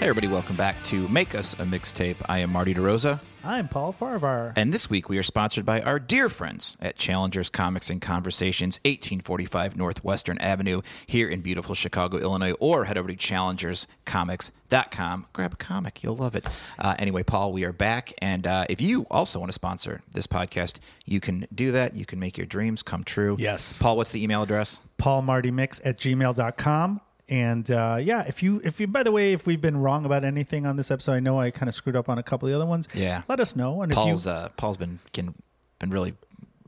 everybody, welcome back to Make Us a Mixtape. I am Marty DeRosa, I'm Paul Farvar. and this week we are sponsored by our dear friends at Challengers Comics and Conversations, 1845 Northwestern Avenue here in beautiful Chicago, Illinois, or head over to challengerscomics.com. Grab a comic, you'll love it. Uh, anyway, Paul, we are back, and uh, if you also want to sponsor this podcast, you can do that. You can make your dreams come true. Yes. Paul, what's the email address? paulmartymix at gmail.com. And uh, yeah, if you, if you, by the way, if we've been wrong about anything on this episode, I know I kind of screwed up on a couple of the other ones. Yeah. Let us know. And Paul's if uh, Paul's been can, been really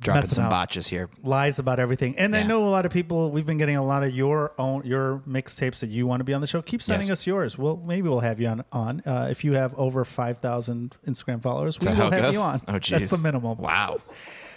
dropping Messing some up. botches here. you lies about everything. And I Yeah. know a lot of people, we've been getting a lot of your own, your mixtapes that you want to be on the show. Keep sending Yes. us yours. We'll, maybe we'll have you on, on, uh, if you have over 5,000 Instagram followers, Is we that will how it have goes? you on. Oh, geez. That's the minimum. Wow.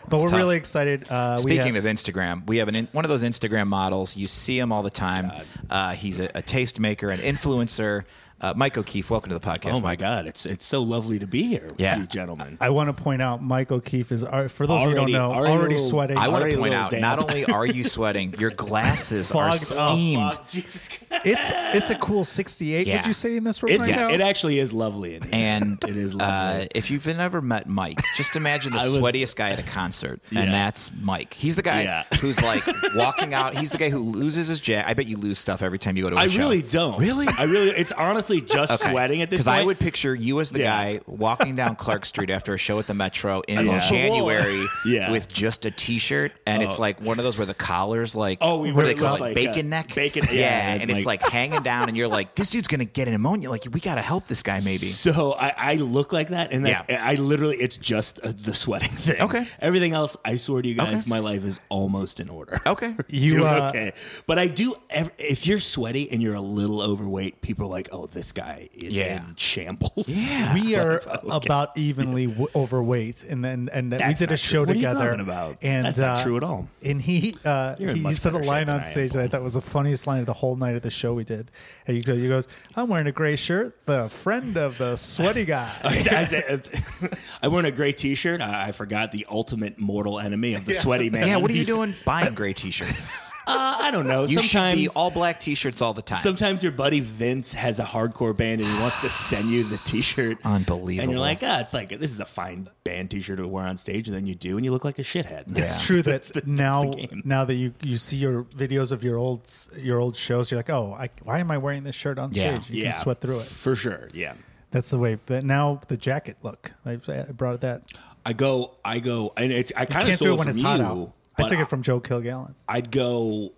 But we're tough. really excited. Uh, we Speaking have- of Instagram, we have an in, one of those Instagram models. You see him all the time. Uh, he's a, a taste maker, an influencer. Uh, Mike O'Keefe, welcome to the podcast. Oh my Mike. God, it's it's so lovely to be here with Yeah. you gentlemen. I want to point out Mike O'Keefe is al- for those who don't Already- know already already, a little- sweating. I want Already to a point little out, damp. not only are you sweating, your glasses are Fogged up. steamed. Jesus Christ. it's it's a cool sixty eight. Yeah. Would you say in this room It's, right now? It actually is lovely in here. And It is uh, lovely. if you've never met Mike, just imagine the I was- sweatiest guy at a concert, Yeah. and that's Mike. He's the guy Yeah. who's like walking out. He's the guy who loses his jacket. I bet you lose stuff every time you go to a I show. really don't. Really? I really it's honestly just sweating at this Because point. I would picture you as the Yeah. guy walking down Clark Street after a show at the Metro in Yeah. January Yeah. with just a T-shirt, and it's like one of those where the collar's like, Oh, we what do were- they it call it, looks like, bacon uh, neck, bacon- yeah, yeah, and it's like- like hanging down, and you're like, this dude's gonna get pneumonia. Like, we gotta help this guy, maybe. So I, I look like that, and that, Yeah. I literally it's just uh, the sweating thing. Okay. Everything else, I swear to you guys, Okay. my life is almost in order. Okay, you Doing uh, okay, but I do. ev- If you're sweaty and you're a little overweight, people are like, "Oh, this guy is Yeah. in shambles." yeah, we are about evenly w- overweight, and then and we That's did a not show true. What are you together. talking about? And That's not uh, true at all. And he uh, You're in he much said a better line shape on than I stage am. that I thought was the funniest line of the whole night of the show we did. And you go, you goes, I'm wearing a gray shirt, the friend of the sweaty guy. I, said- I, said- I wore a gray T-shirt. I, I forgot the ultimate mortal enemy of the sweaty man. yeah. What are you doing? Buying gray T-shirts. Uh, I don't know. You sometimes, should be all black T-shirts all the time. sometimes your buddy Vince has a hardcore band and he wants to send you the T-shirt. Unbelievable. And you're like, ah, it's like this is a fine band T-shirt to wear on stage, and then you do, and you look like a shithead. Yeah. It's true that That's the- that's now the game. now that you, you see your videos of your old your old shows, you're like, oh, I, why am I wearing this shirt on Yeah. stage? You can sweat through it. for sure. Yeah. That's the way. That now the jacket look. I I brought that. I go, I go, and it's I kind of Can't do stole it when from it's you, hot out. I but took it from Joe Kilgallen. I'd go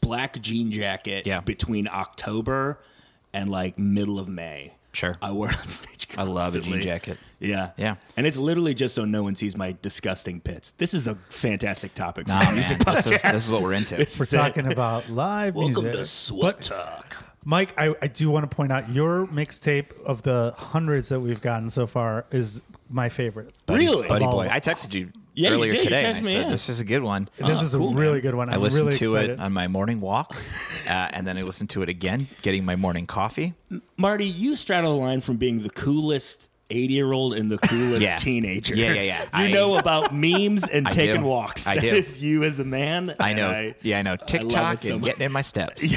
black jean jacket Yeah. between October and like middle of May. Sure. I wear it on stage. I love a jean constantly. jacket. Yeah. Yeah. And it's literally just so no one sees my disgusting pits. This is a fantastic topic for Nah, man, music. this is, this is what we're into. This We're is it. talking about live Welcome music. to Sweat Talk. Mike, I, I do want to point out your mixtape of the hundreds that we've gotten so far is my favorite. Really? Buddy Of all boy, of I texted you Yeah, you earlier did. You today, and texted I me, said yeah. this is a good one. This is a Ah, cool, really man. good one. I I'm listened really to excited. it on my morning walk, uh, and then I listened to it again, getting my morning coffee. Marty, you straddle the line from being the coolest 80 year old and the coolest Yeah. teenager. Yeah, yeah, yeah. You I- know about memes and I taking do. walks. I That do. is you as a man. I and know, yeah, I know love it TikTok so and much. getting in my steps. uh,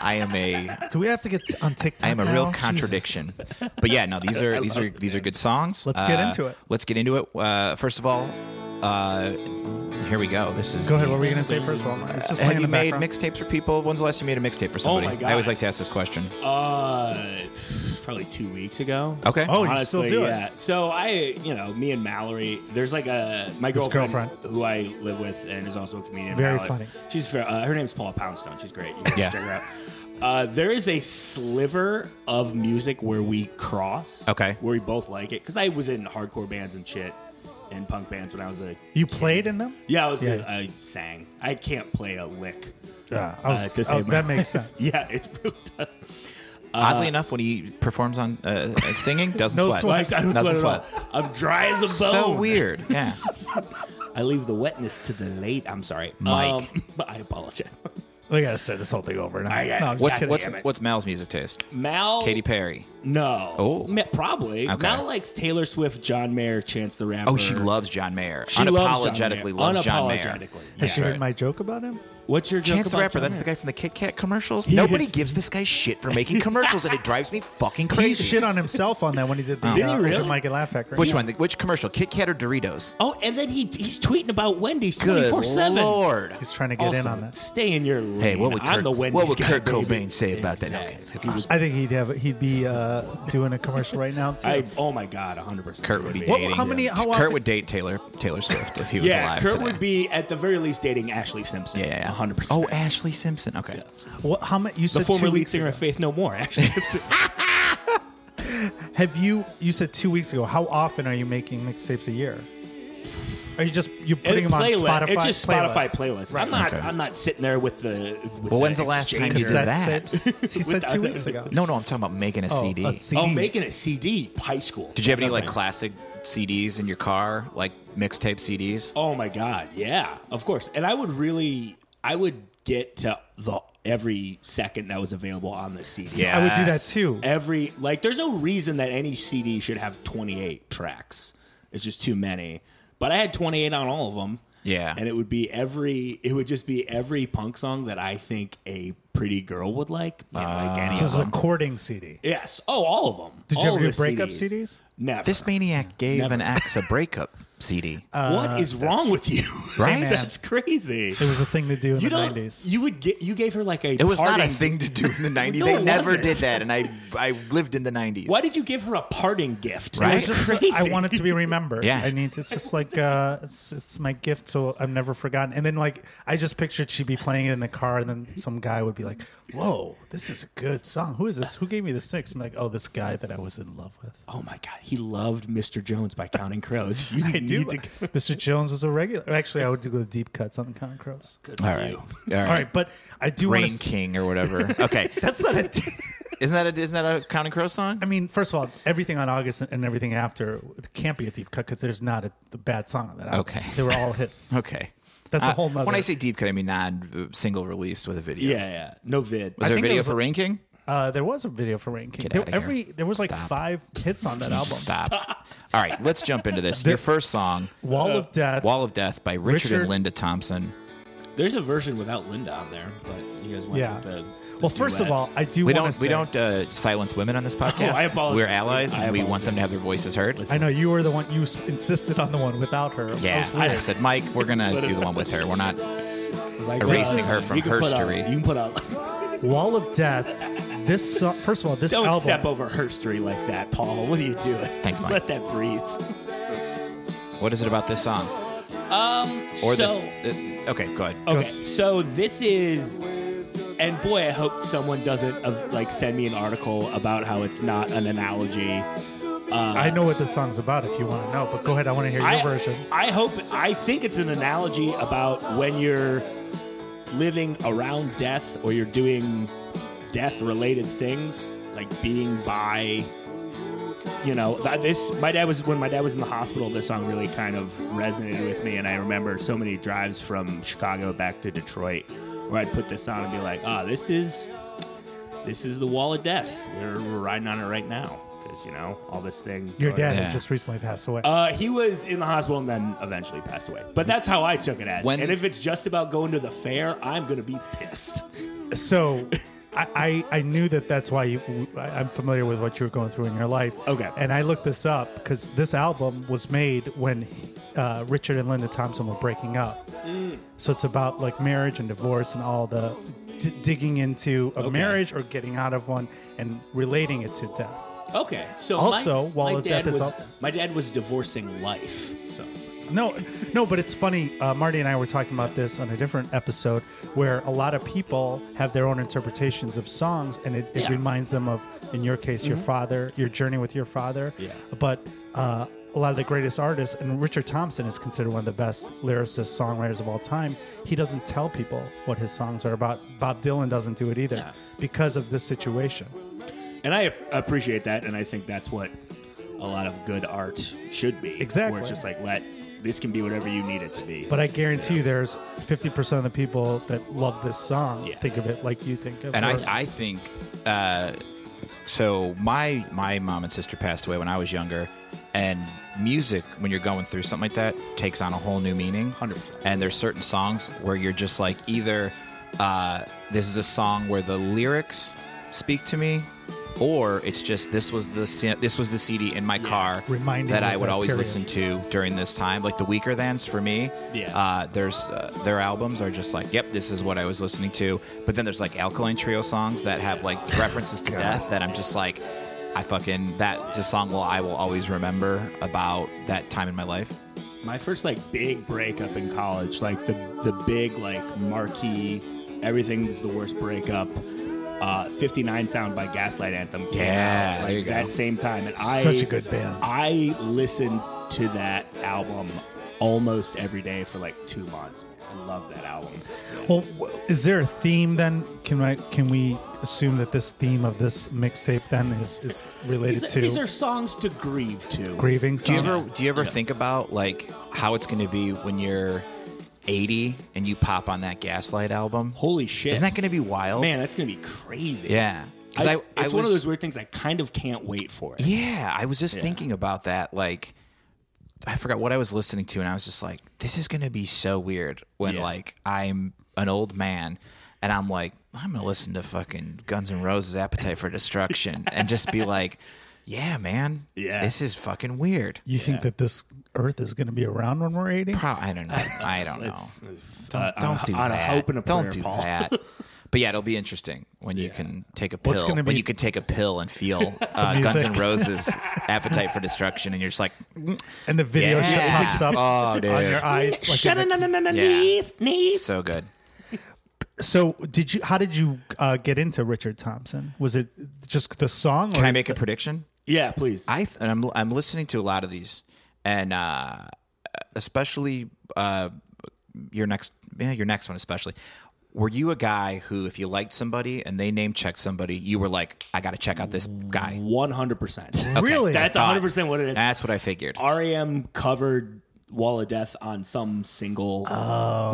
I am a, do we have to get t- on TikTok? I am a now? real Oh, Jesus. contradiction. But yeah, no, these are these are these are good songs. Let's get Uh, into it. Let's get into it. Uh, first of all, uh, here we go. This is Go ahead. the- What were we going to say first of all? It's just playing have in you the made background. Oh mixtapes for people? When's the last time you made a mixtape for somebody? my I always God. like to ask this question. Uh, probably two weeks ago. Okay. Oh, you still do it. So I, you know, me and Mallory, there's like a my His girlfriend, girlfriend. who I live with and is also a comedian. Very Mallory. funny. She's fair- uh, her name's Paula Poundstone. She's great. You guys Yeah. check her out. Uh, there is a sliver of music where we cross. Okay. Where we both like it because I was in hardcore bands and shit and punk bands when I was a You played in them? yeah I was Yeah. A, I sang. I can't play a lick. Yeah. I Uh, was, to oh, save my that makes sense. Yeah, it really does. Oddly enough, when he performs on uh, singing, doesn't No sweat. Well, I, I sweat. don't Doesn't sweat at all. I'm dry as a bone. So weird. Yeah. I leave the wetness to the late. I'm sorry, Mike. Um, but I apologize. We got to start this whole thing over now. I got- No, I'm just what's What's- kidding. what's damn it. what's Mal's music taste? Mal. Katy Perry. No. Oh. Ma- probably. Okay. Not like Taylor Swift, John Mayer, Chance the Rapper. Oh, she loves John Mayer. She loves John Mayer. Unapologetically loves John Mayer. Unapologetically. Has Yeah. she heard right. my joke about him? What's your joke Chance the about Rapper, John that's the Mayer? guy from the Kid Kat commercials. Nobody is- gives this guy shit for making commercials, and it drives me fucking He crazy. shit on himself on that when he did the Did uh, he really? Open Mic and Laugh Factory. Which one? The- Which commercial? Kit Kat or Doritos? Oh, and then he he's tweeting about Wendy's Good 24 7. lord. He's trying to get in on this. Stay in your lane. Hey, what would I'm Kurt, the Wendy's what would guy, Kurt baby. Cobain say about Exactly. that? Okay. I think he'd have he'd be uh, doing a commercial right now. Too. I, oh my God, 100%. Kurt would be What- dating. how many- how Kurt often- would date Taylor Taylor Swift if he was Yeah, alive. Kurt today. would be at the very least dating Ashley Simpson. Yeah, yeah, yeah. 100%. Oh, Ashley Simpson. Okay. What, how many? You the said former two lead weeks singer ago. of Faith No More, Ashley Simpson. Have you? You said two weeks ago. How often are you making mixtapes a year? Are you just you putting them on Playlist. Spotify? It's just Spotify playlists? playlist. I'm not. Okay. I'm not sitting there with the. With Well, when's the last time you exchanger. did Cassette that. tapes. He said two weeks ago. No, no, I'm talking about making a CD. a CD. Oh, making a CD, high school. Did you have any like Definitely. classic CDs in your car, like mixtape CDs? Oh my god, yeah, of course. And I would really, I would get to the every second that was available on the CD. Yeah. I would do that Yes. too. Every like, there's no reason that any CD should have 28 tracks. It's just too many. But I had 28 on all of them. Yeah. And it would be every. It would just be every punk song that I think a pretty girl would like. and, Ah. like any So of it's a them. cording CD. Yes. Oh, all of them. Did all you ever of do the breakup CDs. CDs? Never. This maniac gave Never. an ex a breakup CD. what is wrong with you? uh, Right? man. That's crazy. It was a thing to do in You the don't. nineties. You would get. You gave her like a. it was parting, not a thing to do in the 90s. No, they it never wasn't. did that, and I I lived in the 90s. Why did you give her a parting gift? Right? That's It was crazy. I want it to be remembered. Yeah. I need. It's just like uh, it's it's my gift, so I'm never forgotten. And then like I just pictured she'd be playing it in the car, and then some guy would be like, "Whoa, this is a good song. Who is this? Who gave me the six? I'm like, "Oh, this guy that I was in love with." Oh my god, he loved Mr. Jones by Counting Crows. You I need do. to. Mr. Jones was a regular. Actually, I would do the deep cuts on the Common Crows. Good All for right. you. All All right, but I do want Rain to. King or whatever. Okay. That's not a. Isn't that a, isn't that a Counting Crow song? I mean, first of all, everything on August and everything after it can't be a deep cut because there's not a the bad song on that. album. Okay. they were all hits. Okay. That's a Uh, whole nother. When I say deep cut, I mean non single released with a video. Yeah, yeah. No vid. Was there a think there video was for Rain King? uh, there was a video for Rain King. Get There, outta here. every there was like Stop. five hits on that album. Stop. All right, let's jump into this. Your first song, Wall of Death. Wall of Death by Richard, Richard- and Linda Thompson. There's a version without Linda on there, but you guys went Yeah. with the. the well, first duet. of all, I do. We wanna don't we say- don't uh, silence women on this podcast. I apologize. We're allies I and we want them to apologize. have their voices heard. Listen. I know you were the one you s- insisted on the one without her. That Yeah, was weird. I said, Mike, we're gonna do the one with her. We're not. It's like, erasing her from you can her put a- story. You can put a. Wall of Death. This song, first of all, this Don't album. step over her story like that, Paul. What are you doing? Thanks, Mike. Let that breathe. What is it about this song or so, this? uh, okay, go ahead. Okay, so this is, and boy, I hope someone doesn't uh, like send me an article about how it's not an analogy. I know what this song's about if you want to know, but go ahead. I want to hear your I, version. I hope. I think it's an analogy about when you're living around death or you're doing death-related things, like being by. You know, th- this. My dad was when my dad was in the hospital. This song really kind of resonated with me, and I remember so many drives from Chicago back to Detroit, where I'd put this on and be like, "Ah, this is, this is the wall of death. We're, we're riding on it right now." Because you know, all this thing. Your going on. dad had Yeah. just recently passed away. Uh, he was in the hospital and then eventually passed away. But that's how I took it as. When- and if it's just about going to the fair, I'm gonna be pissed. so I, I I knew that that's why you I- I'm familiar with what you were going through in your life. Okay. And I looked this up because this album was made when uh, Richard and Linda Thompson were breaking up. Mm. So it's about like marriage and divorce and all the d- digging into a Okay. marriage or getting out of one and relating it to death. Okay. So Also, my, Wall my of dad Death is was, up. My dad was divorcing life. So No, no, but it's funny. Uh, Marty and I were talking about this on a different episode where a lot of people have their own interpretations of songs, and it, it Yeah. Mm-hmm. reminds them of, in your case, your father, your journey with your father. Yeah. But uh, a lot of the greatest artists, and Richard Thompson is considered one of the best lyricists, songwriters of all time. He doesn't tell people what his songs are about. Bob Dylan doesn't do it either Yeah. because of this situation. and I appreciate that and I think that's what a lot of good art should be. Where Exactly. it's just like let this can be whatever you need it to be. But I guarantee you, there's 50% of the people that love this song Yeah. think of it like you think of And or- I, I think uh, so my my mom and sister passed away when I was younger, and music when you're going through something like that takes on a whole new meaning. 100%. And there's certain songs where you're just like either uh, this is a song where the lyrics speak to me, or it's just this was the C- this was the CD in my car Reminding that you I of would that always period. listen to during this time. Like the Weaker Thans for me, Yeah. uh, there's uh, their albums are just like, yep, this is what I was listening to. But then there's like Alkaline Trio songs that have like references to death that I'm just like, I fucking that's a song will I will always remember about that time in my life. my first like big breakup in college, like the the big like marquee, everything's the worst breakup. Uh, 59 sound by Gaslight Anthem. Came Yeah, out, like, there you go. that same time, and I Such a good band. I listened to that album almost every day for like two months. I love that album. Well, w- is there a theme then? Can I can we assume that this theme of this mixtape then is is related These are, to these are songs to grieve to. grieving Do you Oh, songs? ever do you ever think about like how it's going to be when you're 80 and you pop on that Gaslight album? Holy shit! Isn't that going to be wild? man? That's gonna be crazy. yeah. It's, 'Cause I, it's I one of was- those weird things. I kind of can't wait for it. Yeah, I was just thinking about that. Like, I forgot what I was listening to, and I was just like, "This is going to be so weird." When Yeah. like I'm an old man, and I'm like, I'm going to listen to fucking Guns N' Roses' "Appetite for Destruction" and just be like, "Yeah, man, Yeah. this is fucking weird." You think that this Earth is going to be around when we're eighty? Pro- I don't know. I don't know. It's- Don't, uh, don't on, a- do on that. a hope and a prayer, don't do Paul. that. But yeah, it'll be interesting when you can take a pill. What's gonna when be- you can take a pill and feel uh, Guns N' music. Roses' "Appetite for Destruction," and you're just like, And the video Yeah. shit pops up Oh, dude. on your eyes. Like in the- knees, So good. so, did you? How did you uh, get into Richard Thompson? Was it just the song? Can or I make a prediction? Yeah, please. I th- and I'm I'm listening to a lot of these, and uh, especially uh, your next yeah your next one especially. Were you a guy who, if you liked somebody and they name checked somebody, you were like, I got to check out this guy? One hundred percent. Really? I That's thought- 100% what it is. That's what I figured. REM covered Wall of Death on some single,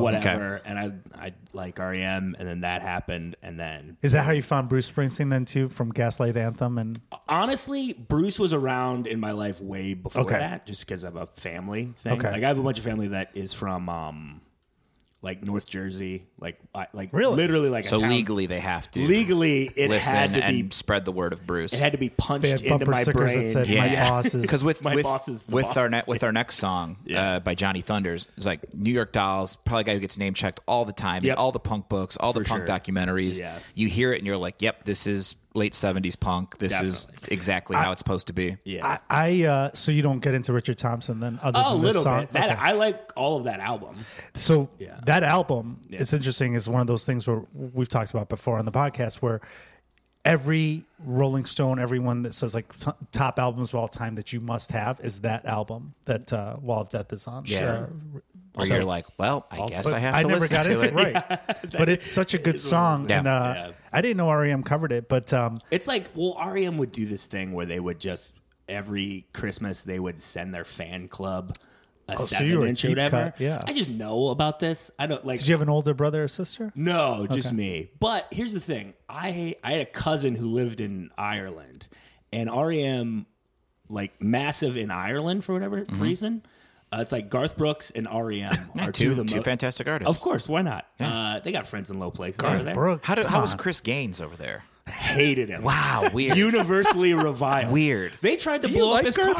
whatever, and I I like REM, and then that happened, and then Is that how you found Bruce Springsteen then too from Gaslight Anthem? And honestly, Bruce was around in my life way before Okay. that, just because of a family thing. Okay. Like I have a bunch of family that is from um, like North Jersey, like I, like Really? literally like so a town. legally, they have to legally it had listen to and be spread the word of Bruce. it had to be they had punched into bumper my stickers brain. that said "My Yeah. boss is." because with My with, boss is the with our boss. ne- with our next song uh, by Johnny Thunders it's like New York Dolls probably a guy who gets name checked all the time in Yep. all the punk books all the For punk sure. documentaries Yeah. you hear it and you're like yep this is late seventies punk this is exactly how it's supposed to be yeah. I, I uh, so you don't get into Richard Thompson then other Oh, a than this little song. bit. That Okay. I like all of that album. So Yeah. that album, it's interesting, is one of those things where we've talked about before on the podcast where every Rolling Stone, everyone that says like t- top albums of all time that you must have is that album that uh, Wall of Death is on. Yeah. Uh, or you're like well I guess I have I to never listen got to into it, it, right? but it's such a good song, Yeah. and uh, Yeah. I didn't know REM covered it, but um, It's like, well, REM would do this thing where they would just every Christmas they would send their fan club a Oh, so seven you were a inch or deep whatever. cut, yeah. I just know about this. I don't like. did you have an older brother or sister? no, just me. But here's the thing: I I had a cousin who lived in Ireland, and REM like massive in Ireland for whatever Mm-hmm. reason. Uh, it's like Garth Brooks and REM are two, two of the two most. fantastic artists Of course, why not? Uh, they got friends in low places. over there. Brooks, how do, come how was on. Chris Gaines over there hated him. wow weird universally reviled. Weird. They tried to blow up his car.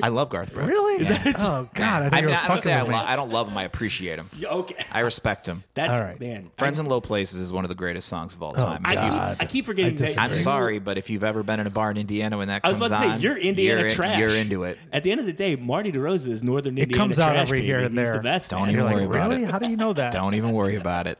I love Garth Brooks Really? Yeah. Oh God! I think I mean you were I don't fucking say I, with me. lo- I don't love him I appreciate him Yeah, Okay, I respect him that's All right. man. Friends in Low Places is one of the greatest songs of all time I, If you- I, keep, I keep forgetting I that. disagree. I'm sorry, but if you've ever been in a bar in Indiana when that I comes was about to on, say you're Indiana you're in- trash. You're into it. At the end of the day, Marty DeRosa is Northern Indiana. comes out trash, every baby. here and He's there. the best. Don't man. even You're worry like, about really? it. How do you know that? Don't even worry about it.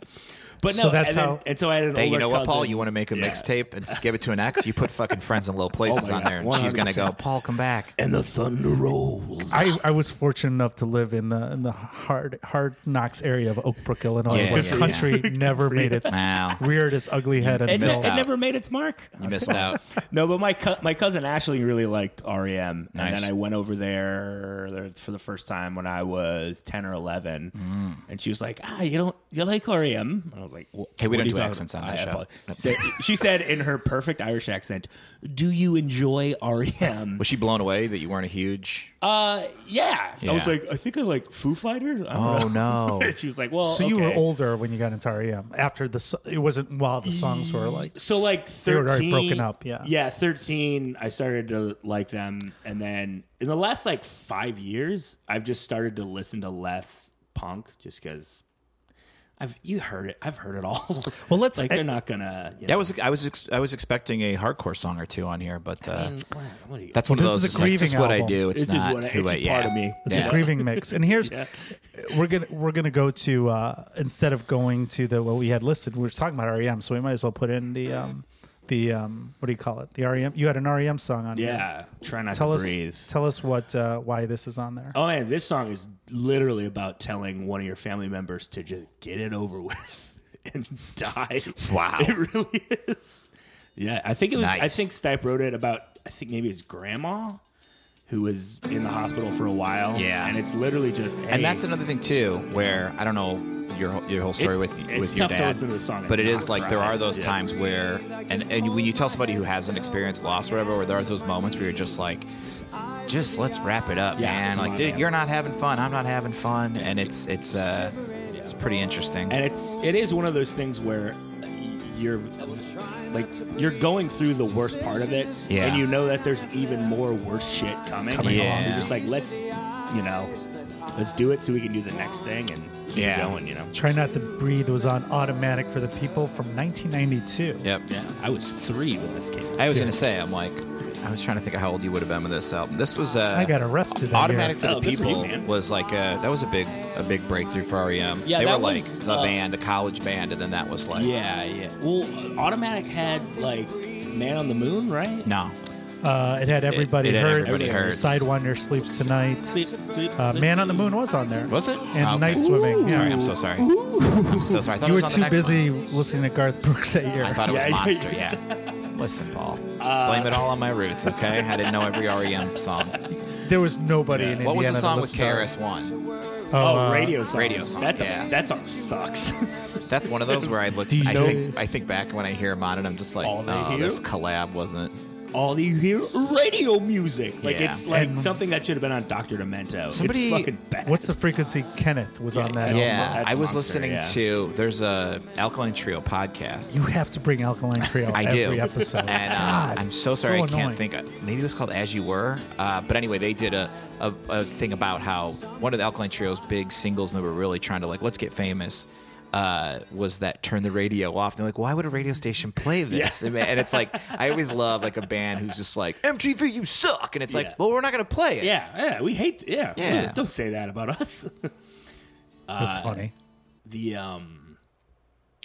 But no, So that's and then- how- And so I had an Hey, you older know what, Paul? cousin- You want to make a Yeah. mixtape and s- give it to an ex? You put fucking friends in low places Oh my on there, and God, she's gonna go, Paul, come back. And the thunder rolls. I, I was fortunate enough to live in the in the hard hard knocks area of Oak Brook, Illinois, Yeah, where yeah, country never made its Wow. reared its ugly head It, until missed it out. never made its mark. You missed out. No, but my cu- my cousin Ashley really liked REM, Nice. and then I went over there there for the Mm. first time when I was ten or eleven, and she was like, "Ah, you don't you like REM?" And I was was like, "Wha- Hey, we what don't are you do talking accents about?" on this I show. apologize. she said in her perfect Irish accent, "Do you enjoy REM?" Was she blown away that you weren't a huge? Uh, yeah. I was Yeah. like, I think I like Foo Fighters. I Oh, don't know. no. she was like, well, So you were okay. older when you got into REM. After the, so- it wasn't while the songs were like. So like They thirteen, were already broken up, yeah. yeah. Thirteen, I started to like them, and then in the last like five years, I've just started to listen to less punk, just because I've you heard it, I've heard it all. Well, let's- like they're not gonna. You That know, was I was ex- I was expecting a hardcore song or two on here, but uh, what, what are you, that's one Well, of this those. is a it's like, this is grieving what I album. do. It's, It's just not what I- who it's I, a part of yeah. me. It's Yeah. a grieving mix, and here's we're gonna we're gonna go to uh, instead of going to the what we had listed. We were talking about REM, so we might as well put in the um, the um, what do you call it? The REM. You had an REM song on. here. yeah. Try not Tell to us breathe. tell us what uh, why this is on there. Oh man, this song is literally about telling one of your family members to just get it over with and die. Wow. it really is. Yeah, I think it was. I Nice. think Stipe wrote it about. I think maybe his grandma, who was in the hospital for a while. Yeah. and it's literally just. Hey, And that's another thing too, where I don't know your whole- your whole story It's- with it's with your tough to dad, listen to the song and but it is not like there cry. are those Yeah. times where, and and when you tell somebody who hasn't experienced loss or whatever, where there are those moments where you're just like, just let's wrap it up, Yeah. man. Come Like on, dude, man. you're not having fun, I'm not having fun, and it's it's uh it's pretty interesting. and it's it is one of those things where you're like you're going through the worst part of it Yeah. and you know that there's even more worse shit coming, Coming along. along. you're just like let's you know let's do it so we can do the next thing and keep Yeah. going you know Try not to breathe was on automatic for the people from 1992. Yep. yeah i was three when this came out I was gonna say, I'm like, I was trying to think of how old you would have been with this album. This was uh, I got arrested. that Automatic year. for the Oh, good for you, People man. was like a, that was a big a big breakthrough for REM. Yeah, they that were like was, the uh, band, the college band, and then that was like yeah yeah well automatic had like man on the moon right no. Uh, it had everybody it had hurts. Everybody Hurts. Sidewinder sleeps tonight. Sleep, sleep, Uh, sleep. Man on the Moon was on there. Was it? And Oh, okay. Night Swimming. yeah. Sorry, I'm so sorry. I'm so sorry. I thought you it were was on the too next busy one. listening to Garth Brooks that year. I thought it was Yeah, yeah, Monster. you Yeah. Listen, Paul. Uh, Blame it all on my roots, okay? I didn't know every REM song. there was nobody in Indiana. What was the song that with listened KRS One? to it. oh uh, radio song radio song, that's yeah. a, that song sucks That's one of those where I look. Do you I know- think I think back when I hear them on it, I'm just like, All they oh, hear? this collab wasn't. all you hear radio music. Like Yeah. it's like And- something that should have been on Doctor Demento. Somebody- it's fucking bad. What's the frequency? Kenneth was on that. Yeah. album. Yeah, that's I was Monster, listening yeah. to. There's a Alkaline Trio podcast. You have to bring Alkaline Trio I every do. episode. And uh, God, I'm so so sorry I annoying. can't think. Maybe it was called As You Were. Uh, but anyway, they did a, a, a thing about how one of the Alkaline Trio's big singles when they were really trying to like, let's get famous. Uh, was that turn the radio off? They're like, why would a radio station play this? And- And it's like, I always love like a band who's just like, MTV, you suck. And it's Yeah. like, well, we're not going to play it. Yeah, yeah, we hate. Yeah, Yeah. Don't say that about us. That's uh, funny. the um,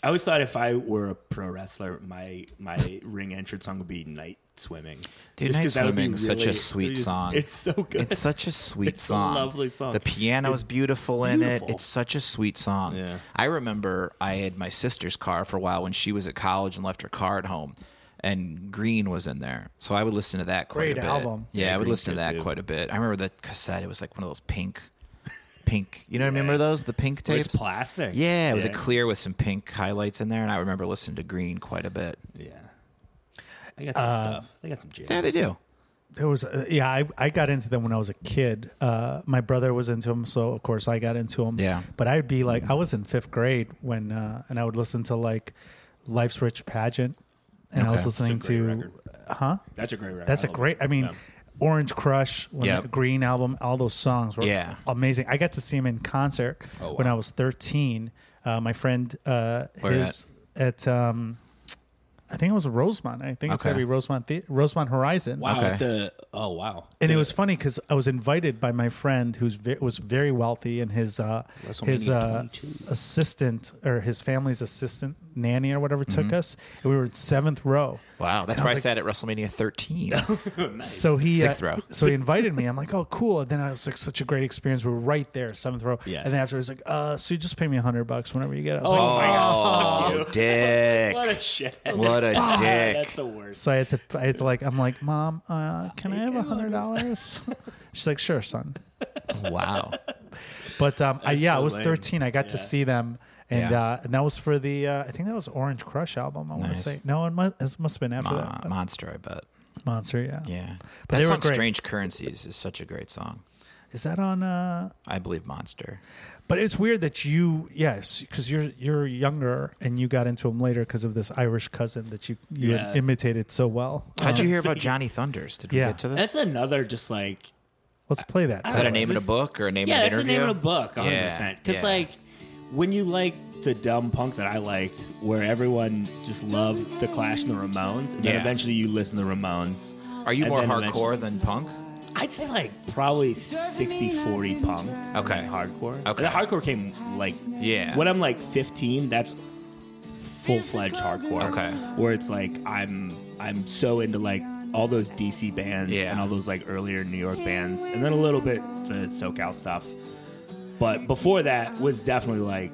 I always thought if I were a pro wrestler, my my ring entrance song would be Night Swimming. Dude, Just Night 'cause that would be Swimming is such a really- sweet it's- song. It's so good. It's such a sweet It's a song. lovely song. The piano's beautiful in beautiful. it. It's such a sweet song. Yeah. I remember I had my sister's car for a while when she was at college and left her car at home, and Green was in there. So I would listen to that quite Great a bit. album. Yeah, Yeah, I would Green's listen to good that too. quite a bit. I remember that cassette. It was like one of those pink, pink. You know, remember those the pink Where tapes? it's plastic. Yeah, it was yeah. a clear with some pink highlights in there, and I remember listening to Green quite a bit. Yeah, they got some Uh, stuff. They got some jams. Yeah, they do. There was, uh, yeah, I, I got into them when I was a kid. Uh, my brother was into them, so of course I got into them. Yeah. Mm-hmm. But I'd be like, I was in fifth grade when, uh, and I would listen to like Life's Rich Pageant, and I Okay. was That's listening That's a great to, record. huh? That's a great record. That's a love it. great. I mean, Yeah. Orange Crush, when Yep. the Green album, all those songs were Yeah. amazing. I got to see him in concert Oh, wow. when I was thirteen. Uh, my friend, uh, Where his at, um, I think it was Rosemont. I think it's Okay. gotta be Rosemont, the- Rosemont Horizon. Wow. Okay. at The oh wow. And it was funny because I was invited by my friend who's ve- was very wealthy, and his uh, his WrestleMania uh, 22. assistant or his family's assistant nanny or whatever Mm-hmm. took us, and we were in seventh row. Wow, that's where I sat at WrestleMania 13. Oh, So he uh, Sixth row. So he invited me. I'm like, oh, cool. And then I was like, such a great experience. We were right there, seventh row. Yeah. And then after, he's like, uh, so you just pay me a hundred bucks whenever you get it. I was like, Oh my god. oh, Fuck you. dick. What a shit. What a dick. That's the worst. so I had to. I had to like. I'm like, mom, uh, can I have a hundred dollars? She's like, sure, son. Wow. But um, I, yeah, so I was lame. 13. I got to Yeah. see them, and Yeah. uh, and that was for the uh, I think that was Orange Crush album. I want Nice. to say no, it must, it must have been after Mon- that. Monster, I bet. Monster, yeah. Yeah. But that they were song great. Strange Currencies is such a great song. Is that on? Uh, I believe Monster. but it's weird that you, yes, because you're you're younger and you got into them later because of this Irish cousin that you you Yeah. had imitated so well. How'd you hear about Johnny Thunders? Did we Yeah. get to this? That's another just like Let's play that. is that a Oh, name in a this- book or a name yeah, in an that's the interview? name of the book, 100. Yeah, percent Because yeah. like when you like the dumb punk that I liked, where everyone just loved the Clash and the Ramones, and then Yeah. eventually you listen to the Ramones. Are you and more then hardcore than punk? eventually- I'd say like probably 60-40 punk. Okay. hardcore. Okay. The hardcore came like Yeah. when I'm like 15. That's full fledged hardcore. Okay. Where it's like I'm I'm so into like all those DC bands Yeah. and all those like earlier New York bands, and then a little bit the SoCal stuff. But before that was definitely like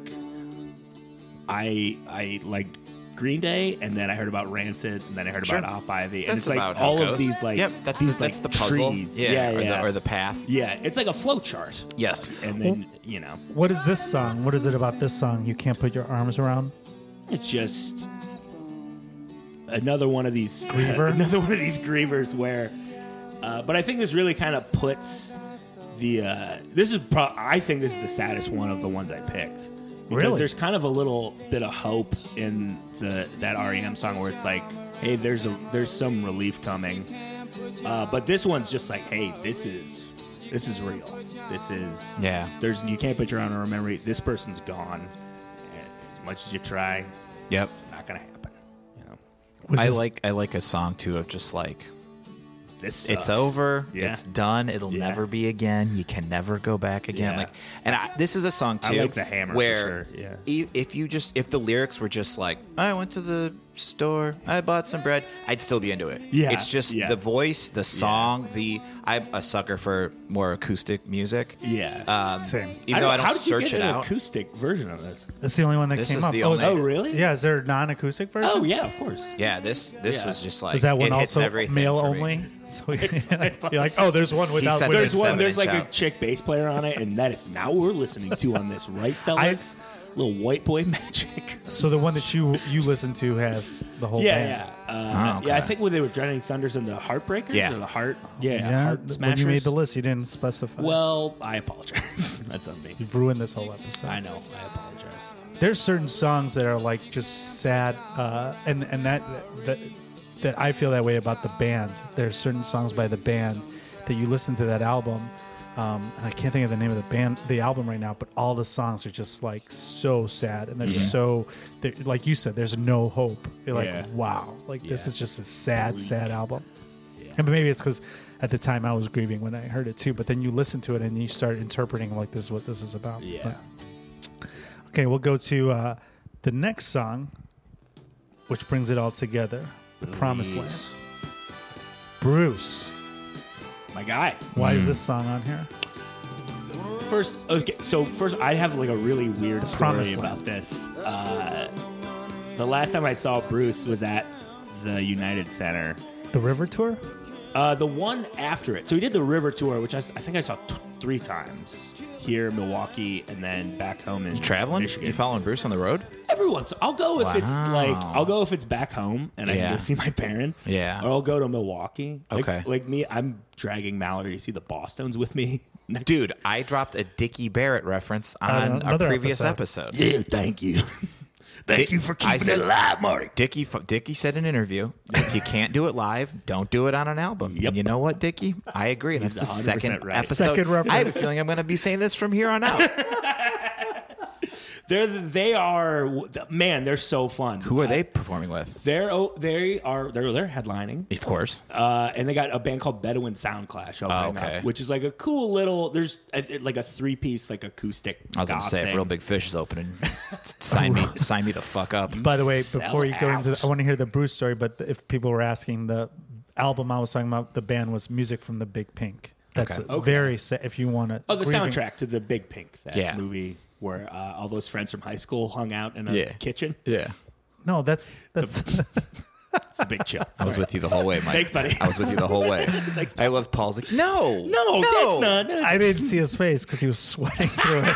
I I liked Green Day, and then I heard about Rancid, and then I heard Sure. about Op Ivy, and That's it's like about how it all of goes. these like Yep, that's these the, like that's the puzzle. trees. Yeah, yeah, or, yeah. The, or the path. yeah, it's like a flow chart. Yes. And then, you know, What is this song? What is it about this song you can't put your arms around? it's just another one of these Griever? another one of these grievers where. Uh, but I think this really kind of puts the. Uh, this is pro- I think this is the saddest one of the ones I picked because Really? there's kind of a little bit of hope in the that REM song where it's like, hey, there's a there's some relief coming. Uh, but this one's just like, hey, this is this is real. This is Yeah. There's you can't put your arm around memory. This person's gone. And as much as you try, Yep. it's not gonna happen. You know, Was I this- like I like a song too of just like this it's sucks. over, Yeah. it's done, it'll Yeah. never be again. You can never go back again. Yeah. Like, and I, this is a song I too. like the hammer for Where sure, yeah. e- if you just if the lyrics were just like I went to the store, I bought some bread, I'd still be into it. Yeah, it's just yeah. the voice, the song, the I'm a sucker for more acoustic music. Yeah. Um, Same. Even though I don't how did you search get it an out. acoustic version of this. That's the only one that This came is up. the oh, only- Oh, really? yeah. Is there a non-acoustic version? Oh, yeah, of course. Yeah, this this Yeah. was just like Is that one it hits also everything male for me. only? So you're like, oh, there's one without said women. It's There's one. seven There's inch like a out. chick bass player on it, and that is now we're listening to on this, right, fellas? Little white boy magic. So the one that you you listen to has the whole band. Yeah, yeah, uh, Oh, okay. yeah. I think when they were Drowning Thunders and the Heartbreakers, Yeah. or the Heart, yeah, Yeah, Heart th- when Smashers. you made the list, you didn't specify. well, I apologize. That's on me. you've ruined this whole episode. I know. I apologize. There's certain songs that are like just sad, uh, and and that, that that I feel that way about the band. There's certain songs by the band that you listen to that album, um, and I can't think of the name of the band, the album right now. But all the songs are just like so sad, and they're so, they're, like you said, there's no hope. You're like, Yeah. wow, like this Yeah. is just a sad, Bleak. sad album. And but maybe it's because at the time I was grieving when I heard it too. But then you listen to it and you start interpreting like this is what this is about. Yeah. But- Okay, we'll go to uh, the next song, which brings it all together The Promised Land. Please. Bruce, My guy. why is this song on here? First, okay. So first, I have like a really weird story Promised Land. about this. Uh, the last time I saw Bruce was at the United Center. The River Tour? Uh, the one after it. So we did the River Tour, which I, I think I saw t- three times here, in Milwaukee, and then back home in Traveling? Michigan. You following Bruce on the road? Everyone. So I'll go if it's Wow. like I'll go if it's back home and I Yeah. can go see my parents. Yeah. Or I'll go to Milwaukee. Like- Okay. Like, me, I'm dragging Mallory to see the Boston's with me. Next Dude, I dropped a Dickie Barrett reference on a another previous episode. episode. Yeah, thank you. thank you for I keeping said- it alive, Marty. Dickie, fu- Dickie said in an interview, if you can't do it live, don't do it on an album. Yep. And you know what, Dickie? I agree. That's the 100% second right. episode. Second reference. I have a feeling I'm going to be saying this from here on out. They're they are man. They're so fun. Who are they performing with? They're oh, they are they're they're headlining. Of course. Uh, and they got a band called Bedouin Sound Clash, opening Oh, okay. up, which is like a cool little. There's a, like a three piece like acoustic. I was ska going to say, thing. if Real Big Fish is opening, sign me sign me the fuck up. By the way, Sell before you go into out. the, I want to hear the Bruce story, but if people were asking, the album I was talking about, the band was Music from the Big Pink. That's Okay. a very sad if you want to. Oh, the soundtrack to the Big Pink, that Yeah. movie where uh, all those friends from high school hung out in a Yeah. kitchen. Yeah. No, that's that's the big chill. I was with you the whole way, Mike. Thanks, buddy. I was with you the whole way. I love Paul's like, no, No, that's not. no. I didn't see his face because he was sweating through it.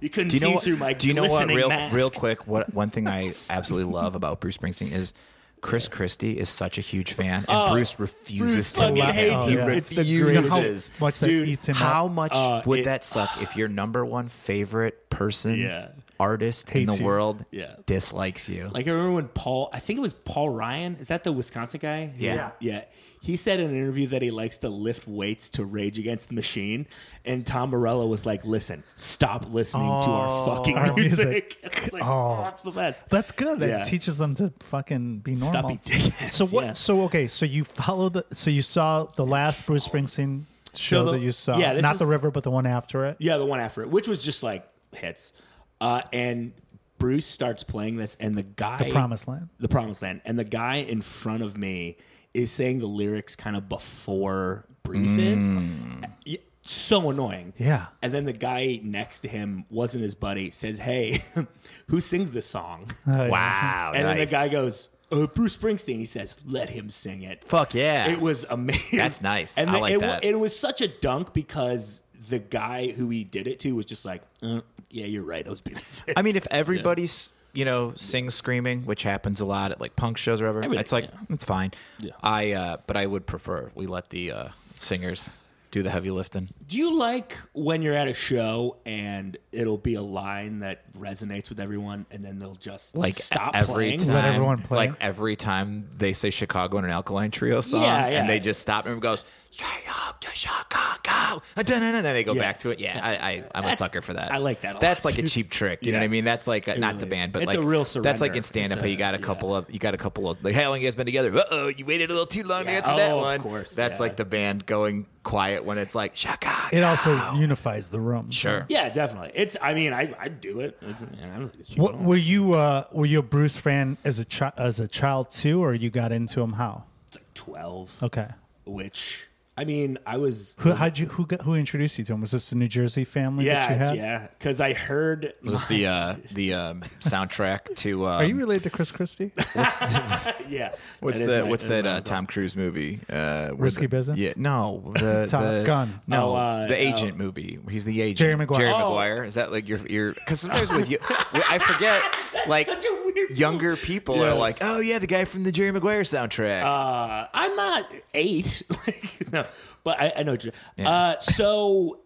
You couldn't Do you know see what, through my Do you know what? glistening Real, mask. real quick. What one thing I absolutely love about Bruce Springsteen is Chris Christie is such a huge fan, and Bruce refuses Oh, Bruce to fucking meet him. hates he you. It's the You know how refuses. much that Dude, eats him up? How much Uh, would it- that suck if your number one favorite person, Yeah. artist in Hates the you. world, Yeah. dislikes you? Like I remember when Paul, I think it was Paul Ryan. Is that the Wisconsin guy? Yeah. Yeah. Yeah. He said in an interview that he likes to lift weights to Rage Against the Machine, and Tom Morello was like, "Listen, stop listening to our fucking Oh, our music." music. It's like, Oh. oh, that's the best. That's good. That Yeah. teaches them to fucking be Stop normal. being dickheads, So what? yeah. So okay. So you follow the. So you saw the last Bruce Springsteen show the- that you saw. yeah, this not is- the river, but the one after it. Yeah, the one after it, which was just like hits. Uh, and Bruce starts playing this, and the guy, The Promised Land. the Promised Land, and the guy in front of me is saying the lyrics kind of before Bruce Mm. is. Yeah, So annoying. Yeah. And then the guy next to him wasn't his buddy. Says, "Hey, who sings this song?" Uh, wow. and then the Oh, nice. guy goes, uh, "Bruce Springsteen." He says, "Let him sing it." fuck yeah. It was amazing. That's nice. And I the- like it, that. It was such a dunk because the guy who he did it to was just like, uh, yeah, you're right. I was being sick. I mean, if everybody's you know sings screaming, which happens a lot at like punk shows or whatever, Everything, it's like yeah. it's fine. Yeah. I uh, but I would prefer we let the uh, singers do the heavy lifting. Do you like when you're at a show and it'll be a line that resonates with everyone, and then they'll just Like stop every playing? time, Let everyone play. Like every time they say Chicago in an Alkaline Trio song, Yeah, yeah. and they just stop and goes straight up to Chicago, and then they go back to it. Yeah, I, I I'm a sucker for that. I like that a That's lot, like a too. cheap trick. You know Yeah. what I mean? That's like not really the is. band, but It's like a real That's like surrender. in stand up. It's a- You got a yeah. couple of you got a couple of like how long you guys been together? Uh oh, you waited a little too long to Yeah. answer that Oh, one. of course, That's yeah. like the band going quiet when it's like Chicago. It also unifies the room. sure. Yeah, definitely. It's. I mean, I I do it. It's, I don't think it's cheap at What all. were you? Uh, were you a Bruce fan as a chi- as a child too, or you got into him how? It's like Twelve. Okay. Which I mean, I was. Who how'd you who got, who introduced you to him? Was this the New Jersey family that you Yeah, had? yeah. Because I heard Was this the uh, the um, soundtrack to um, Are you related to Chris Christie? Yeah. What's is that? my- what's is that? my Uh, uncle. Tom Cruise movie? Uh, was Risky it- Business? Yeah, no. The, Top the- Gun. No, Oh, uh, the uh, agent movie. He's the agent. Jerry Maguire. Jerry Oh. Maguire. Is that like your your? Because sometimes with you, I forget. Like such a weird younger people are like, oh yeah, the guy from the Jerry Maguire soundtrack. Uh, I'm not eight. like, no, but I, I know. What you're, uh, so